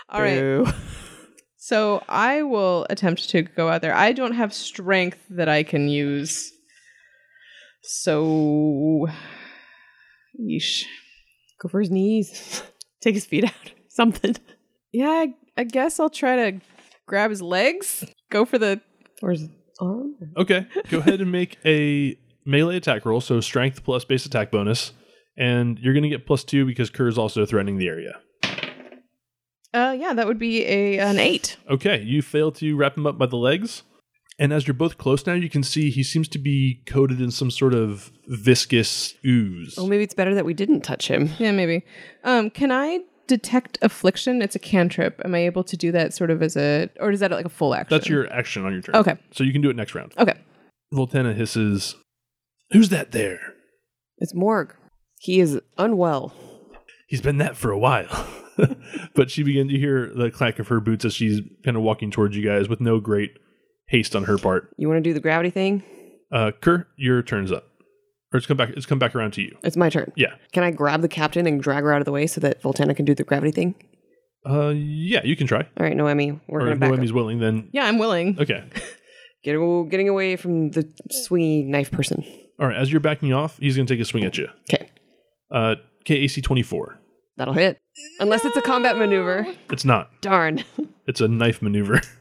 S3: All right.
S5: Boo.
S3: So I will attempt to go out there. I don't have strength that I can use. So, yeesh.
S5: Go for his knees. Take his feet out. Something.
S3: Yeah, I, I guess I'll try to grab his legs. Go for the.
S5: Or his arm.
S1: Okay. Go ahead and make a melee attack roll. So strength plus base attack bonus. And you're going to get plus two because Kerr is also threatening the area.
S3: Uh, yeah, that would be a an eight.
S1: Okay. You fail to wrap him up by the legs. And as you're both close now, you can see he seems to be coated in some sort of viscous ooze.
S5: Oh, maybe it's better that we didn't touch him.
S3: Yeah, maybe. Um, can I detect affliction? It's a cantrip. Am I able to do that sort of as a, or is that like a full action?
S1: That's your action on your turn.
S3: Okay.
S1: So you can do it next round.
S3: Okay.
S1: Voltena hisses, Who's that there?
S5: It's Morg. He is unwell.
S1: he's been that for a while. but she began to hear the clack of her boots as she's kind of walking towards you guys with no great haste on her part.
S5: You want to do the gravity thing?
S1: Uh, Kerr, your turn's up, or it's come back. It's come back around to you.
S5: It's my turn.
S1: Yeah.
S5: Can I grab the captain and drag her out of the way so that Voltana can do the gravity thing?
S1: Uh, yeah, you can try.
S5: All right, Noemi, we're
S1: or
S5: going
S1: if
S5: to back
S1: Noemi's
S5: up.
S1: willing, then
S3: Yeah, I'm willing.
S1: okay.
S5: Get, aw- getting away from the swingy knife person.
S1: All right. As you're backing off, he's gonna take a swing at you.
S5: Okay,
S1: Uh, KAC twenty four.
S5: that'll hit. Unless it's a combat maneuver.
S1: It's not.
S5: Darn.
S1: It's a knife maneuver.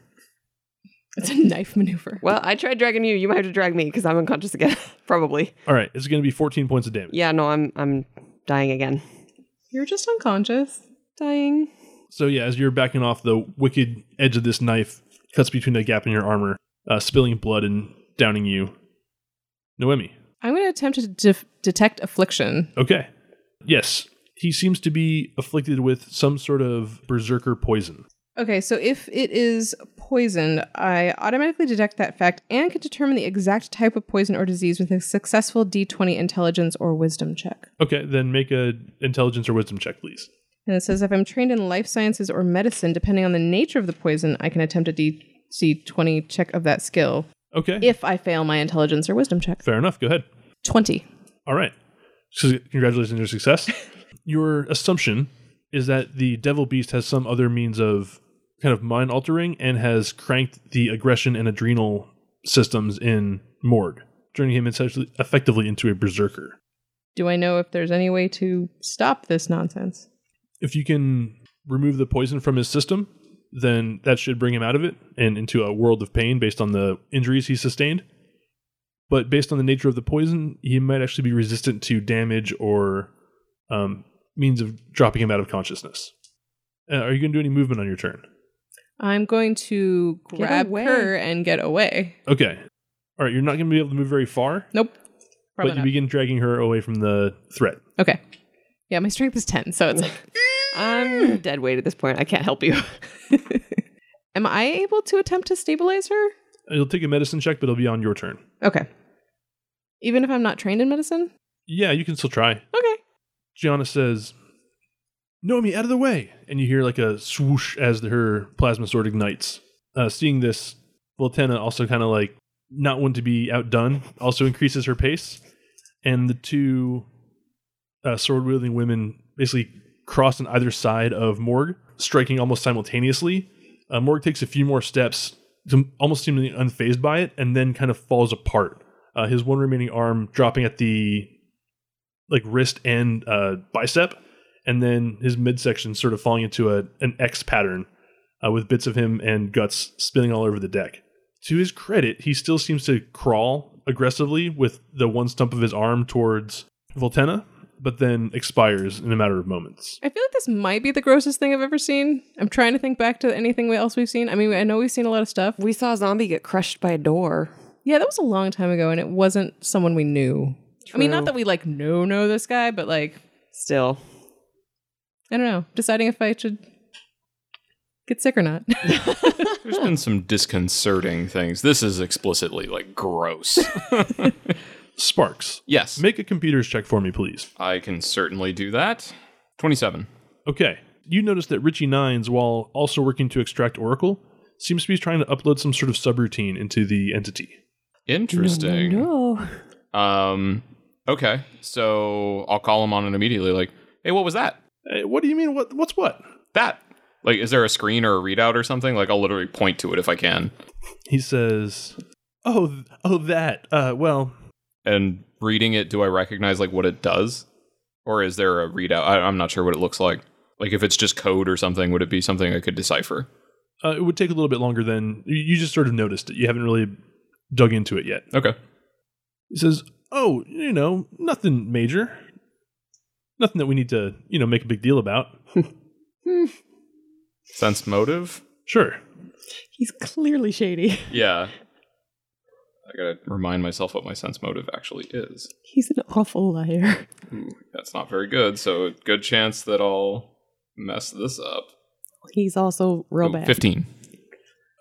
S3: It's a knife maneuver.
S5: Well, I tried dragging you. You might have to drag me because I'm unconscious again, probably.
S1: All right. It's gonna be fourteen points of damage.
S5: Yeah, no, I'm I'm dying again.
S3: You're just unconscious.
S5: Dying.
S1: So yeah, as you're backing off, the wicked edge of this knife cuts between a gap in your armor, uh, spilling blood and downing you. Noemi.
S3: I'm going to attempt to def- detect affliction.
S1: Okay. Yes, he seems to be afflicted with some sort of berserker poison.
S3: Okay, so if it is poisoned, I automatically detect that fact and can determine the exact type of poison or disease with a successful D20 intelligence or wisdom check.
S1: Okay, then make a intelligence or wisdom check, please.
S3: And it says if I'm trained in life sciences or medicine, depending on the nature of the poison, I can attempt a DC20 check of that skill
S1: Okay.
S3: if I fail my intelligence or wisdom check.
S1: Fair enough. Go ahead.
S3: 20.
S1: All right. So congratulations on your success. your assumption is that the devil beast has some other means of kind of mind altering and has cranked the aggression and adrenal systems in Morg, turning him essentially effectively into a berserker.
S3: Do I know if there's any way to stop this nonsense?
S1: If you can remove the poison from his system, then that should bring him out of it and into a world of pain based on the injuries he sustained. But based on the nature of the poison, he might actually be resistant to damage or um, means of dropping him out of consciousness. Uh, are you going to do any movement on your turn?
S3: I'm going to
S5: Get
S3: grab
S5: away.
S3: her and get away.
S1: Okay. All right, you're not going to be able to move very far,
S3: Nope. Probably
S1: but you
S3: not.
S1: begin dragging her away from the threat.
S3: okay. Yeah, my strength is 10, so it's like
S5: I'm dead weight at this point. I can't help you.
S3: am I able to attempt to stabilize her?
S1: You'll take a medicine check, but it'll be on your turn.
S3: Okay. Even if I'm not trained in medicine?
S1: Yeah, you can still try.
S3: Okay.
S1: Gianna says, Noemi, out of the way! And you hear like a swoosh as her plasma sword ignites. Uh, seeing this, Voltena also kind of like not one to be outdone, also increases her pace. And the two uh, sword wielding women basically cross on either side of Morg, striking almost simultaneously. Uh, Morg takes a few more steps, to- almost seemingly unfazed by it, and then kind of falls apart. Uh, his one remaining arm dropping at the like wrist and uh, bicep, and then his midsection sort of falling into a, an X pattern uh, with bits of him and guts spilling all over the deck. To his credit, he still seems to crawl aggressively with the one stump of his arm towards Voltena, but then expires in a matter of moments.
S3: I feel like this might be the grossest thing I've ever seen. I'm trying to think back to anything else we've seen. I mean, I know we've seen a lot of stuff.
S5: we saw a zombie get crushed by a door.
S3: Yeah, that was a long time ago, and it wasn't someone we knew. I mean,
S5: True.
S3: not that we like know know this guy, but like
S5: Still.
S3: I don't know, deciding if I should get sick or not.
S2: There's been some disconcerting things. This is explicitly like gross.
S1: Sparks,
S2: yes,
S1: make a computer's check for me, please.
S2: I can certainly do that. 27.
S1: Okay. You notice that Richie Nines, while also working to extract Oracle, seems to be trying to upload some sort of subroutine into the entity.
S2: Interesting.
S5: No.
S2: Um okay. So I'll call him on it immediately like, "Hey, what was that?"
S1: Hey, Eh, what do you mean? What? What's what?
S2: That. Like is there a screen or a readout or something? Like I'll literally point to it if I can.
S1: he says, "Oh, th- oh, that. Uh, well,
S2: And reading it, do I recognize like what it does? Or is there a readout? I, I'm not sure what it looks like. Like if it's just code or something, would it be something I could decipher?
S1: uh, it would take a little bit longer than you- you just sort of noticed it. You haven't really dug into it yet."
S2: Okay.
S1: He says, "Oh, you know, nothing major. Nothing that we need to, you know, make a big deal about."
S2: Sense motive?
S1: Sure.
S5: He's clearly shady.
S2: Yeah. I gotta remind myself what my sense motive actually is.
S5: He's an awful liar.
S2: That's not very good, so good chance that I'll mess this up.
S5: He's also real
S2: Ooh,
S5: bad.
S2: 15.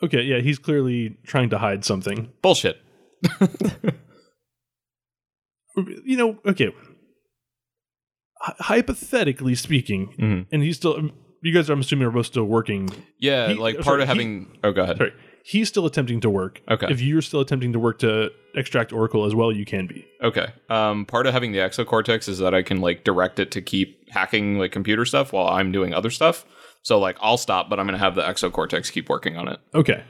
S1: Okay. Yeah, he's clearly trying to hide something.
S2: Bullshit.
S1: You know. Okay. Hy- hypothetically speaking,
S2: Mhm.
S1: and he's still. um, You guys, I'm assuming, are both still working
S2: Yeah,
S1: He-
S2: like
S1: oh,
S2: part
S1: sorry, he-
S2: of having. oh, go ahead.
S1: sorry, he's still attempting to work.
S2: Okay.
S1: If you're still attempting to work to extract Oracle as well, you can be.
S2: Okay. Um, part of having the exocortex is that I can like direct it to keep hacking like computer stuff while I'm doing other stuff. So like I'll stop, but I'm gonna have the exocortex keep working on it.
S1: Okay.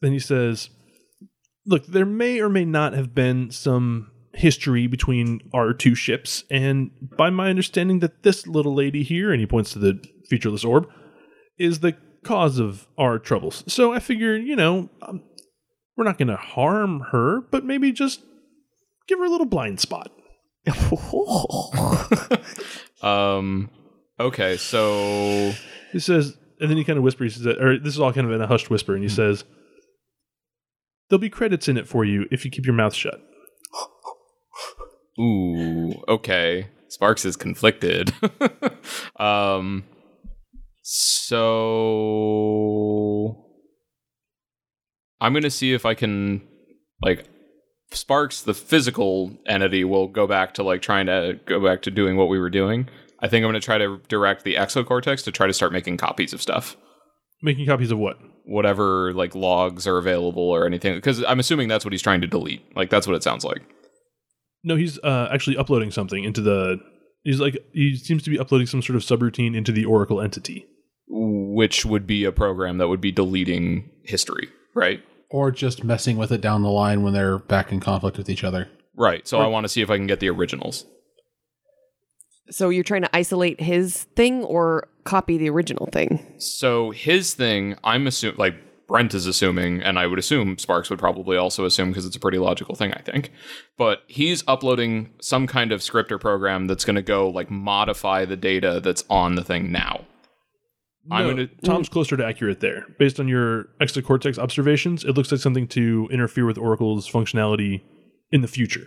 S1: Then he says, Look, there may or may not have been some history between our two ships, and by my understanding, that this little lady here, and he points to the featureless orb, is the cause of our troubles. So I figure, you know, um, we're not going to harm her, but maybe just give her a little blind spot.
S2: Um, okay, so
S1: He says, and then he kind of whispers, he says, or this is all kind of in a hushed whisper, and he says, There'll be credits in it for you if you keep your mouth shut.
S2: ooh, okay. Sparks is conflicted. um, so I'm gonna see if I can like Sparks, the physical entity, will go back to like trying to go back to doing what we were doing. I think I'm going to try to direct the exocortex to try to start making copies of stuff,
S1: Making copies of what?
S2: whatever like logs are available or anything. Because I'm assuming that's what he's trying to delete. Like that's what it sounds like.
S1: No, he's uh, actually uploading something into the. He's like he seems to be uploading some sort of subroutine into the Oracle entity.
S2: which would be a program that would be deleting history, right?
S4: or just messing with it down the line when they're back in conflict with each other.
S2: Right. So I want to see if I can get the originals.
S5: So you're trying to isolate his thing or copy the original thing?
S2: So his thing, I'm assuming, like Brent is assuming, and I would assume Sparks would probably also assume because it's a pretty logical thing, I think. But he's uploading some kind of script or program that's going to go like modify the data that's on the thing now. I'm
S1: No,
S2: gonna
S1: Tom's closer to accurate there. Based on your exocortex observations, it looks like something to interfere with Oracle's functionality in the future.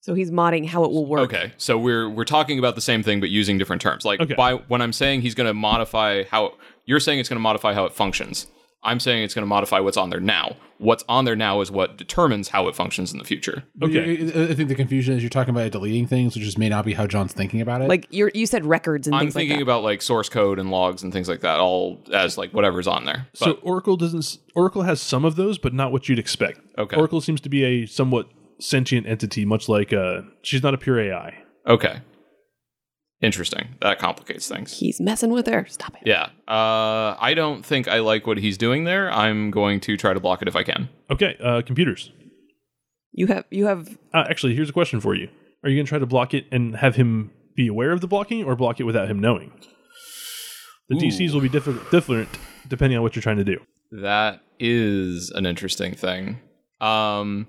S5: So he's modding how it will work.
S2: Okay, so we're we're talking about the same thing but using different terms. Like
S1: Okay.
S2: by when I'm saying he's going to modify how you're saying it's going to modify how it functions. I'm saying it's going to modify what's on there now. What's on there now is what determines how it functions in the future.
S1: Okay.
S4: I, I think the confusion is you're talking about deleting things, which just may not be how John's thinking about it.
S5: Like you you said records and
S2: I'm
S5: things
S2: thinking
S5: like
S2: about like source code and logs and things like that, all as like whatever's on there. But
S1: so Oracle doesn't. s- Oracle has some of those, but not what you'd expect.
S2: Okay.
S1: Oracle seems to be a somewhat sentient entity, much like uh, she's not a pure AI.
S2: okay, interesting. That complicates
S5: that.
S2: things.
S5: He's messing with her. Stop it.
S2: Yeah, uh, I don't think I like what he's doing there. I'm going to try to block it if I can.
S1: Okay. Uh, computers.
S5: You have you have
S1: Uh, actually, here's a question for you: Are you going to try to block it and have him be aware of the blocking, or block it without him knowing? The
S2: Ooh.
S1: DCs will be different, different depending on what you're trying to do.
S2: That is an interesting thing. Um,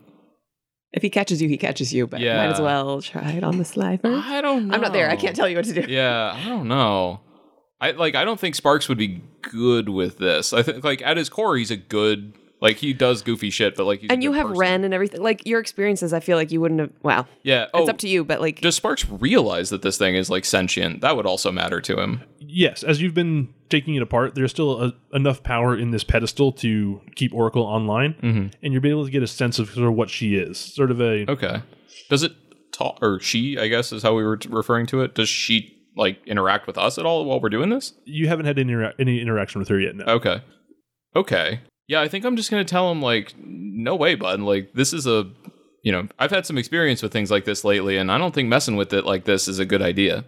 S5: if he catches you, he catches you, but might as
S2: Yeah.
S5: well try it on the sly first.
S2: I don't know.
S5: I'm not there. I can't tell you what to do.
S2: Yeah, I don't know. I like I don't think Sparks would be good with this. I think like at his core he's a good like he does goofy shit, but like he's a
S5: And you
S2: good
S5: have
S2: person.
S5: Ren and everything. Like your experiences, I feel like you wouldn't have. Wow,
S2: Yeah. Oh,
S5: it's up to you. But like,
S2: does Sparks realize that this thing is like sentient? That would also matter to him.
S1: Yes, as you've been taking it apart, there's still a, enough power in this pedestal to keep Oracle online, and you're being able to get a sense of sort of what she is. Sort of a
S2: Mm-hmm. Okay. Does it talk or she? I guess is how we were t- referring to it. Does she like interact with us at all while we're doing this?
S1: you haven't had any intera- any interaction with her yet. No,
S2: Okay. Okay. Yeah, I think I'm just gonna tell him like, no way, bud. Like this is a you know, I've had some experience with things like this lately, and I don't think messing with it like this is a good idea.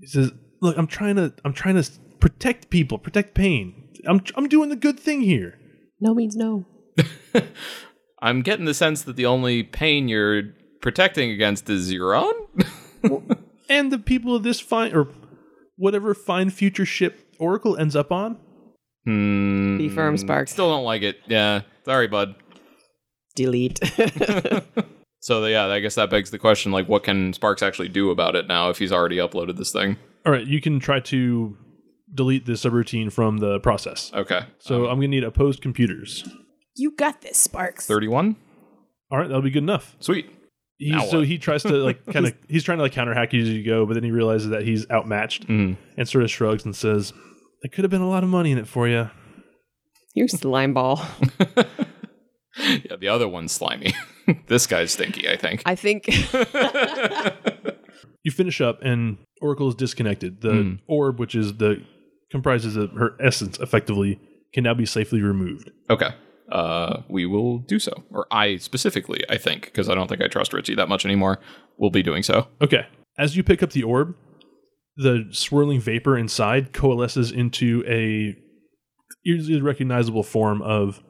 S1: he says, "Look, I'm trying to I'm trying to s- protect people, protect pain. I'm tr- I'm doing the good thing here."
S5: no means no.
S2: I'm getting the sense that the only pain you're protecting against is your own?
S1: and the people of this fine or whatever fine future ship Oracle ends up on.
S2: Hmm.
S5: Be firm, Sparks.
S2: Still don't like it. Yeah. Sorry, bud.
S5: Delete.
S2: So yeah, I guess that begs the question, like, what can Sparks actually do about it now if he's already uploaded this thing?
S1: All right, you can try to delete the subroutine from the process.
S2: Okay.
S1: So I'm gonna need opposed computers.
S3: You got this, Sparks.
S2: Thirty one?
S1: All right, that'll be good enough.
S2: Sweet.
S1: He,
S2: Now
S1: so
S2: what?
S1: he tries to like kind of he's trying to like counter hack you as you go, but then he realizes that he's outmatched
S2: Mm-hmm.
S1: and sort of shrugs and says, "There could have been a lot of money in it for you."
S5: you slime ball.
S2: Yeah, the other one's slimy. this guy's stinky, I think.
S5: I think
S1: You finish up, and Oracle is disconnected. The
S2: Hmm.
S1: orb, which is the comprises of her essence, effectively can now be safely removed.
S2: Okay. Uh, we will do so. Or I specifically, I think, because I don't think I trust Richie that much anymore, will be doing so.
S1: Okay. As you pick up the orb, the swirling vapor inside coalesces into a easily recognizable form of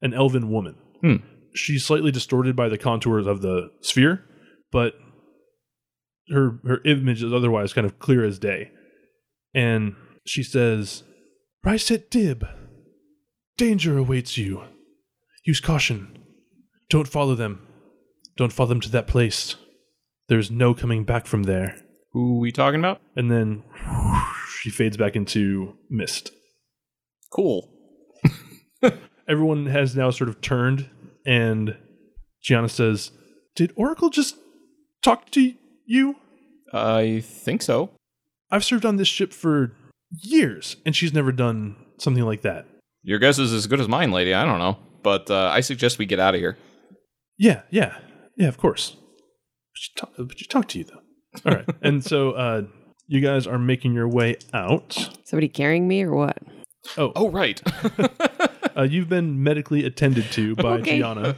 S1: an elven woman.
S2: Hmm.
S1: She's slightly distorted by the contours of the sphere, but her her image is otherwise kind of clear as day. And she says, Ryset Dib, danger awaits you. Use caution. Don't follow them. Don't follow them to that place. There's no coming back from there.
S2: Who we talking about?
S1: And then she fades back into mist.
S2: Cool.
S1: Everyone has now sort of turned, and Gianna says, Did Oracle just talk to you?
S2: I think so.
S1: I've served on this ship for years, and she's never done something like that.
S2: Your guess is as good as mine, lady. I don't know. But uh, I suggest we get out of here.
S1: Yeah, yeah, yeah, of course. But she, talk, but she talked to you, though. All right. and so uh, you guys are making your way out.
S5: somebody carrying me or what?
S2: Oh, right.
S1: Uh, you've been medically attended to by
S5: Okay.
S1: Gianna.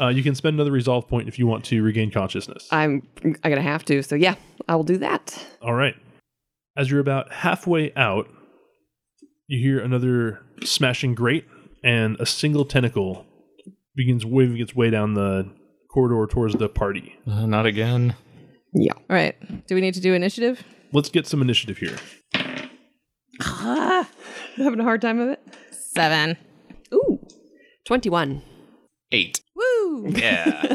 S1: Uh, you can spend another resolve point if you want to regain consciousness.
S5: I'm I'm gonna have to. So yeah, I will do that.
S1: All right. As you're about halfway out, you hear another smashing grate, and a single tentacle begins waving its way down the corridor towards the party.
S2: Uh, not again.
S5: Yeah.
S3: All right. Do we need to do initiative?
S1: Let's get some initiative here.
S5: Ah, having a hard time of it.
S3: Seven.
S5: Ooh, 21.
S2: Eight.
S3: Woo!
S2: Yeah.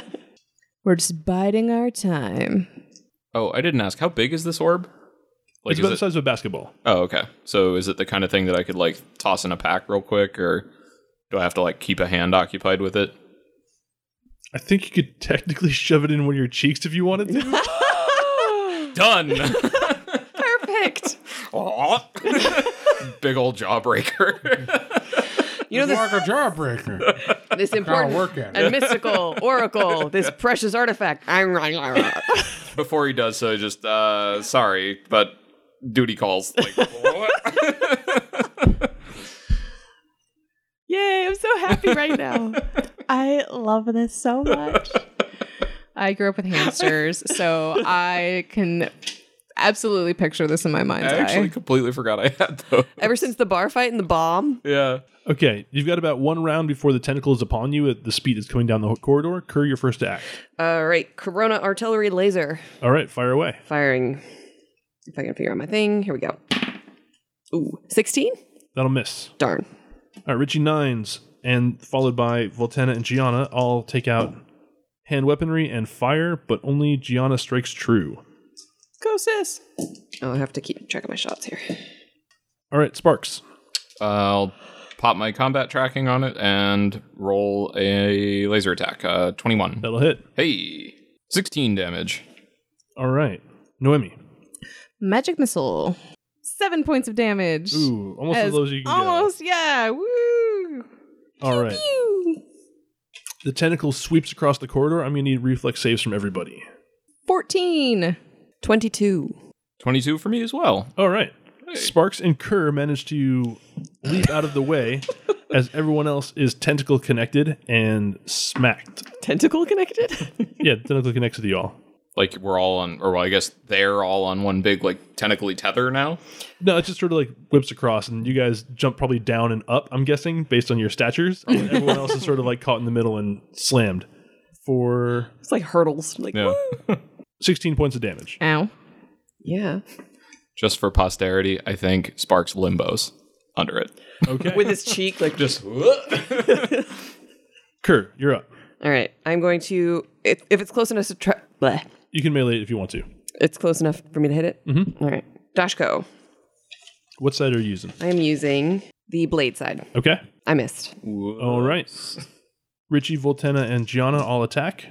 S3: We're just biding our time.
S2: oh, I didn't ask. How big is this orb? Like,
S1: it's
S2: is
S1: about the
S2: it,
S1: size of a basketball.
S2: oh, okay. So is it the kind of thing that I could like toss in a pack real quick, or do I have to like keep a hand occupied with it?
S1: I think you could technically shove it in one of your cheeks if you wanted to.
S2: Done.
S5: Perfect.
S2: Big old jawbreaker.
S5: You know this
S4: Mark a jawbreaker.
S5: this
S4: Gotta
S5: important
S4: work at it.
S5: and mystical oracle, this precious artifact.
S2: Before he does so, just uh, sorry, but duty calls. Like,
S3: Yay, I'm so happy right now. I love this so much. I grew up with hamsters, so I can absolutely picture this in my mind's
S2: I actually
S3: eye.
S2: completely forgot I had those.
S5: Ever since the bar fight and the bomb,
S2: Yeah.
S1: okay, you've got about one round before the tentacle is upon you at the speed it's coming down the corridor. Cur your first act.
S5: All right, Corona artillery laser
S1: All right, fire away.
S5: firing. If I can figure out my thing, here we go. Ooh, 16?
S1: That'll miss.
S5: Darn.
S1: All right, Richie Nines, and followed by Voltana and Gianna, all take out hand weaponry and fire, but only Gianna strikes true.
S3: Go, sis.
S5: Oh, I have to keep track of my shots here.
S1: All right, Sparks.
S2: I'll pop my combat tracking on it and roll a laser attack. Uh, 21.
S1: That'll hit.
S2: Hey, 16 damage.
S1: All right, Noemi.
S3: Magic missile. Seven points of damage.
S1: Ooh, almost as,
S3: As
S1: low as you can
S3: almost, yeah. Woo.
S1: go. All right.
S3: Pew.
S1: The tentacle sweeps across the corridor. I'm going to need reflex saves from everybody.
S3: 14.
S5: 22.
S2: 22 for me as well.
S1: All right. Sparks and Kerr manage to leap out of the way as everyone else is tentacle connected and smacked.
S5: Tentacle connected?
S1: Yeah, tentacle connects to y'all.
S2: Like we're all on, or well, I guess they're all on one big like tentacly tether now.
S1: No, it just sort of like whips across, and you guys jump probably down and up, I'm guessing, based on your statures. And everyone else is sort of like caught in the middle and slammed for
S5: it's like hurdles. Like,
S2: Yeah.
S1: 16 points of damage.
S3: Ow.
S5: yeah.
S2: Just for posterity, I think Sparks limbos under it.
S1: Okay.
S5: With his cheek, like,
S2: Just
S1: Kerr, you're up.
S5: all right, I'm going to, if, if it's close enough to try, bleh,
S1: You can melee it if you want to.
S5: it's close enough for me to hit it. Mm-hmm. right. Dashko.
S1: What side are you using?
S5: I am using the blade side.
S1: Okay.
S5: I missed.
S1: All right. Richie, Voltena, and Gianna all attack.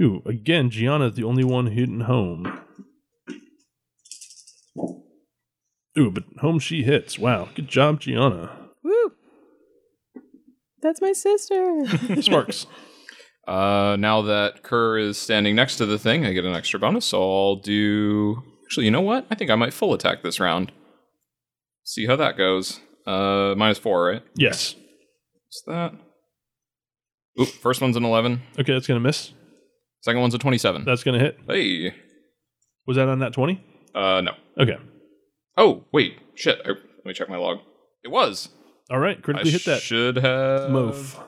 S1: Ooh, again, Gianna's the only one hitting home. Ooh, but home she hits. Wow. Good job, Gianna.
S3: Woo. That's my sister.
S1: Sparks.
S2: Uh, now that Kerr is standing next to the thing, I get an extra bonus, so I'll do. Actually, you know what? I think I might full attack this round. See how that goes. Uh, minus four, right?
S1: yes.
S2: What's that? Oop, first one's an 11.
S1: Okay, that's going to miss.
S2: Second one's a 27.
S1: That's going to hit.
S2: hey.
S1: Was that on that 20?
S2: Uh, no.
S1: Okay.
S2: Oh, wait. Shit. I, let me check my log. It was.
S1: All right.
S2: I
S1: Critically hit that.
S2: should have.
S1: Mof.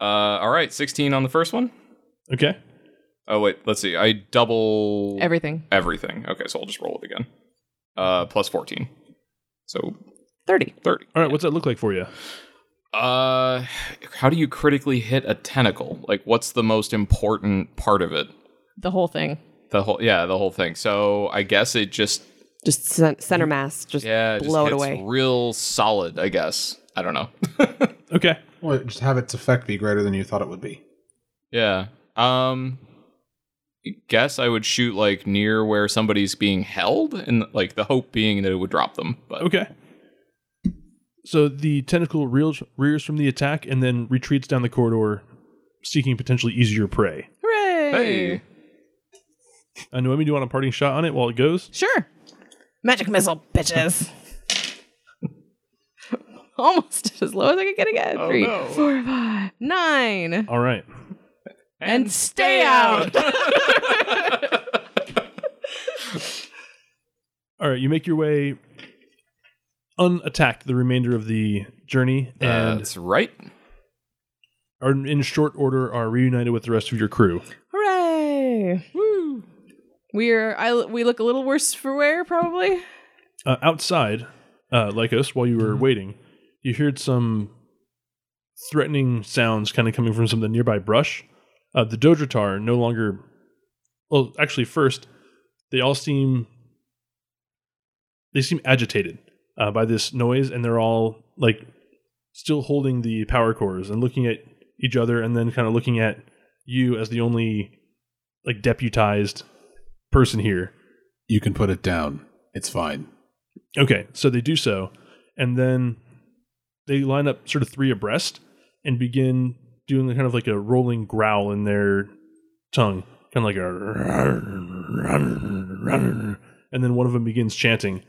S2: Uh, all right. 16 on the first one.
S1: Okay.
S2: Oh, wait. Let's see. I double.
S3: Everything.
S2: everything. Okay, so I'll just roll it again. Uh, plus 14. So
S5: 30.
S2: 30.
S1: All right. What's that look like for you?
S2: Uh, how do you critically hit a tentacle? Like, what's the most important part of it?
S3: The whole thing.
S2: The whole, yeah, the whole thing. So I guess it just,
S5: Just cen- center mass. Just
S2: yeah, it just
S5: blow it
S2: hits
S5: away.
S2: real solid, I guess. I don't know.
S1: Okay.
S4: Well, just have its effect be greater than you thought it would be.
S2: yeah. Um, I guess I would shoot like near where somebody's being held and like the hope being that it would drop them. But
S1: Okay. So the tentacle reels, rears from the attack and then retreats down the corridor, seeking potentially easier prey.
S3: Hooray.
S2: hey,
S1: Uh, Noemi, do you want a parting shot on it while it goes?
S3: Sure. Magic missile, bitches. Almost as low as I could get again. Three, four, five, nine.
S1: All right.
S3: And stay out.
S1: All right. You make your way unattacked the remainder of the journey and
S2: that's right.
S1: are in short order are reunited with the rest of your crew.
S3: Hooray. Woo. We're I we look a little worse for wear probably.
S1: uh, outside, uh, like us, while you were waiting, you heard some threatening sounds kind of coming from some of the nearby brush. Uh, the Dodratar no longer. Well, actually, first, they all seem they seem agitated uh, by this noise, and they're all like still holding the power cores and looking at each other, and then kind of looking at you as the only like deputized person here.
S4: You can put it down. It's fine.
S1: Okay, so they do so, and then they line up sort of three abreast and begin doing the kind of like a rolling growl in their tongue, kind of like a, and then one of them begins chanting,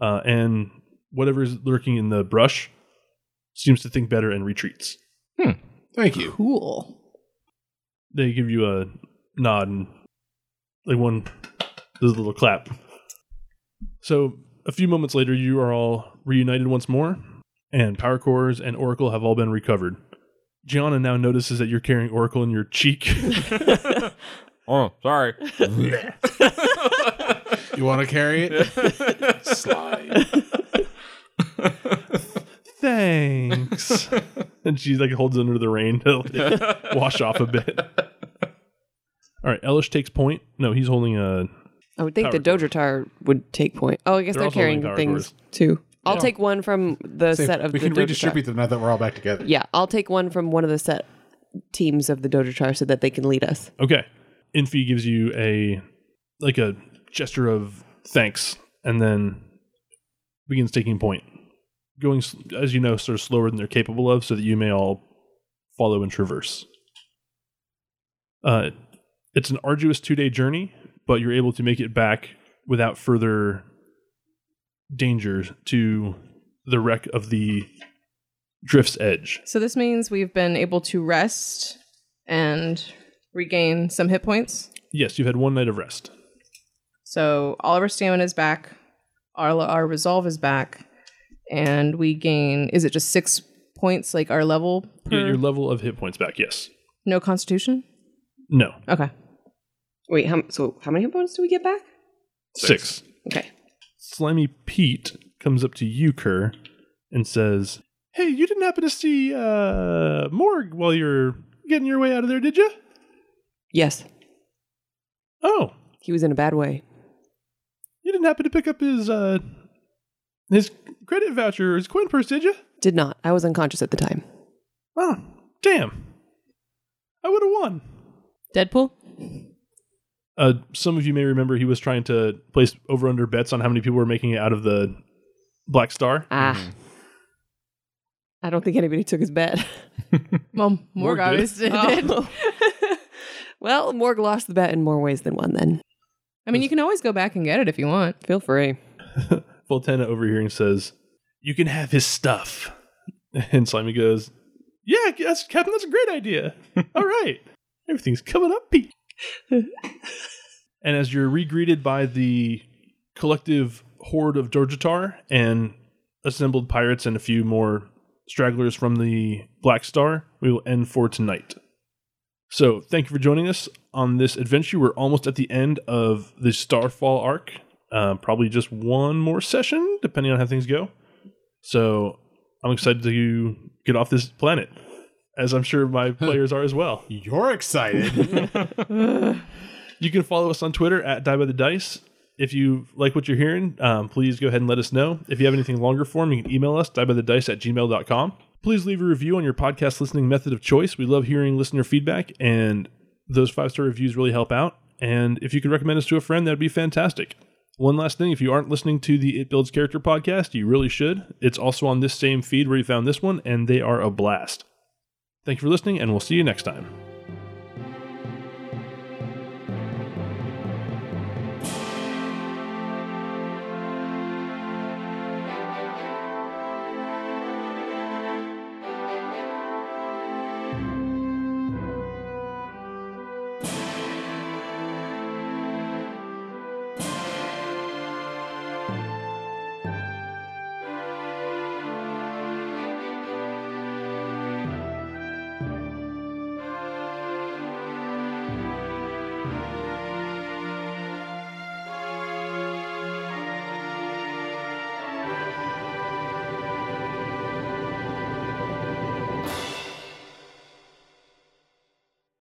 S1: uh, and whatever is lurking in the brush seems to think better and retreats.
S4: Thank you.
S3: Cool.
S1: They give you a nod and like one does a little clap. So a few moments later, you are all reunited once more, and power cores and Oracle have all been recovered. Gianna now notices that you're carrying Oracle in your cheek.
S2: Oh, sorry.
S4: You want to carry it? Slide.
S1: Thanks. and she like holds it under the rain to like, wash off a bit. All right, Elish takes point. No, he's holding a.
S5: I would think the
S1: Power
S5: Dojotar would take point. Oh, I guess
S1: They're
S5: they're,
S1: also holding
S5: carrying
S1: power
S5: things
S1: cores.
S5: too. I'll take one from the
S4: Safe.
S5: set of
S4: we
S5: the
S4: can redistribute
S5: Dojotar.
S4: them now that we're all back together.
S5: Yeah, I'll take one from one of the set teams of the Dojotar so that they can lead us.
S1: Okay. Infi gives you a like a gesture of thanks, and then begins taking point, going s- as you know, sort of slower than they're capable of, so that you may all follow and traverse. Uh, it's an arduous two-day journey, but you're able to make it back without further danger to the wreck of the drift's edge.
S3: So this means we've been able to rest and regain some hit points.
S1: Yes, you've had one night of rest.
S3: So all of our stamina is back, our our resolve is back, and we gain. Is it just six points, like our level? Per,
S1: Your- Your level of hit points back. Yes.
S3: no Constitution.
S1: No.
S3: Okay.
S5: Wait, how, so how many hit points do we get back?
S1: Six.
S5: Okay.
S1: Slimy Pete comes up to you, Kerr, and says, Hey, you didn't happen to see uh, Morg while you're getting your way out of there, did you?
S5: Yes,
S1: Oh,
S5: he was in a bad way.
S1: you didn't happen to pick up his uh, his credit voucher or his coin purse, did you?
S5: Did not. I was unconscious at the time.
S1: Oh, damn. I would have won.
S3: Deadpool.
S1: Uh, some of you may remember he was trying to place over under bets on how many people were making it out of the Black Star.
S5: Ah.
S4: Mm-hmm.
S5: I don't think anybody took his bet.
S3: Well, Morg
S1: did.
S3: obviously did.
S5: Oh. well, Morg lost the bet in more ways than one then.
S3: I mean, you can always go back and get it if you want.
S5: Feel free.
S1: Voltena overhearing says, You can have his stuff. And Slimy goes, Yeah, that's, Captain, that's a great idea. All right. Everything's coming up, Pete. and as you're regreeted by the collective horde of Dorjitar and assembled pirates and a few more stragglers from the Black Star, we will end for tonight. So, thank you for joining us on this adventure. We're almost at the end of the Starfall arc. Uh, probably just one more session, depending on how things go. So, I'm excited to get off this planet, as I'm sure my players are as well.
S4: You're excited.
S1: You can follow us on Twitter at Die by the Dice. If you like what you're hearing, um, please go ahead and let us know. If you have anything longer form, you can email us, diebythedice at gmail.com. Please leave a review on your podcast listening method of choice. We love hearing listener feedback, and those five star reviews really help out. And if you could recommend us to a friend, that'd be fantastic. One last thing if you aren't listening to the It Builds Character podcast, you really should. It's also on this same feed where you found this one, and they are a blast. Thank you for listening, and we'll see you next time.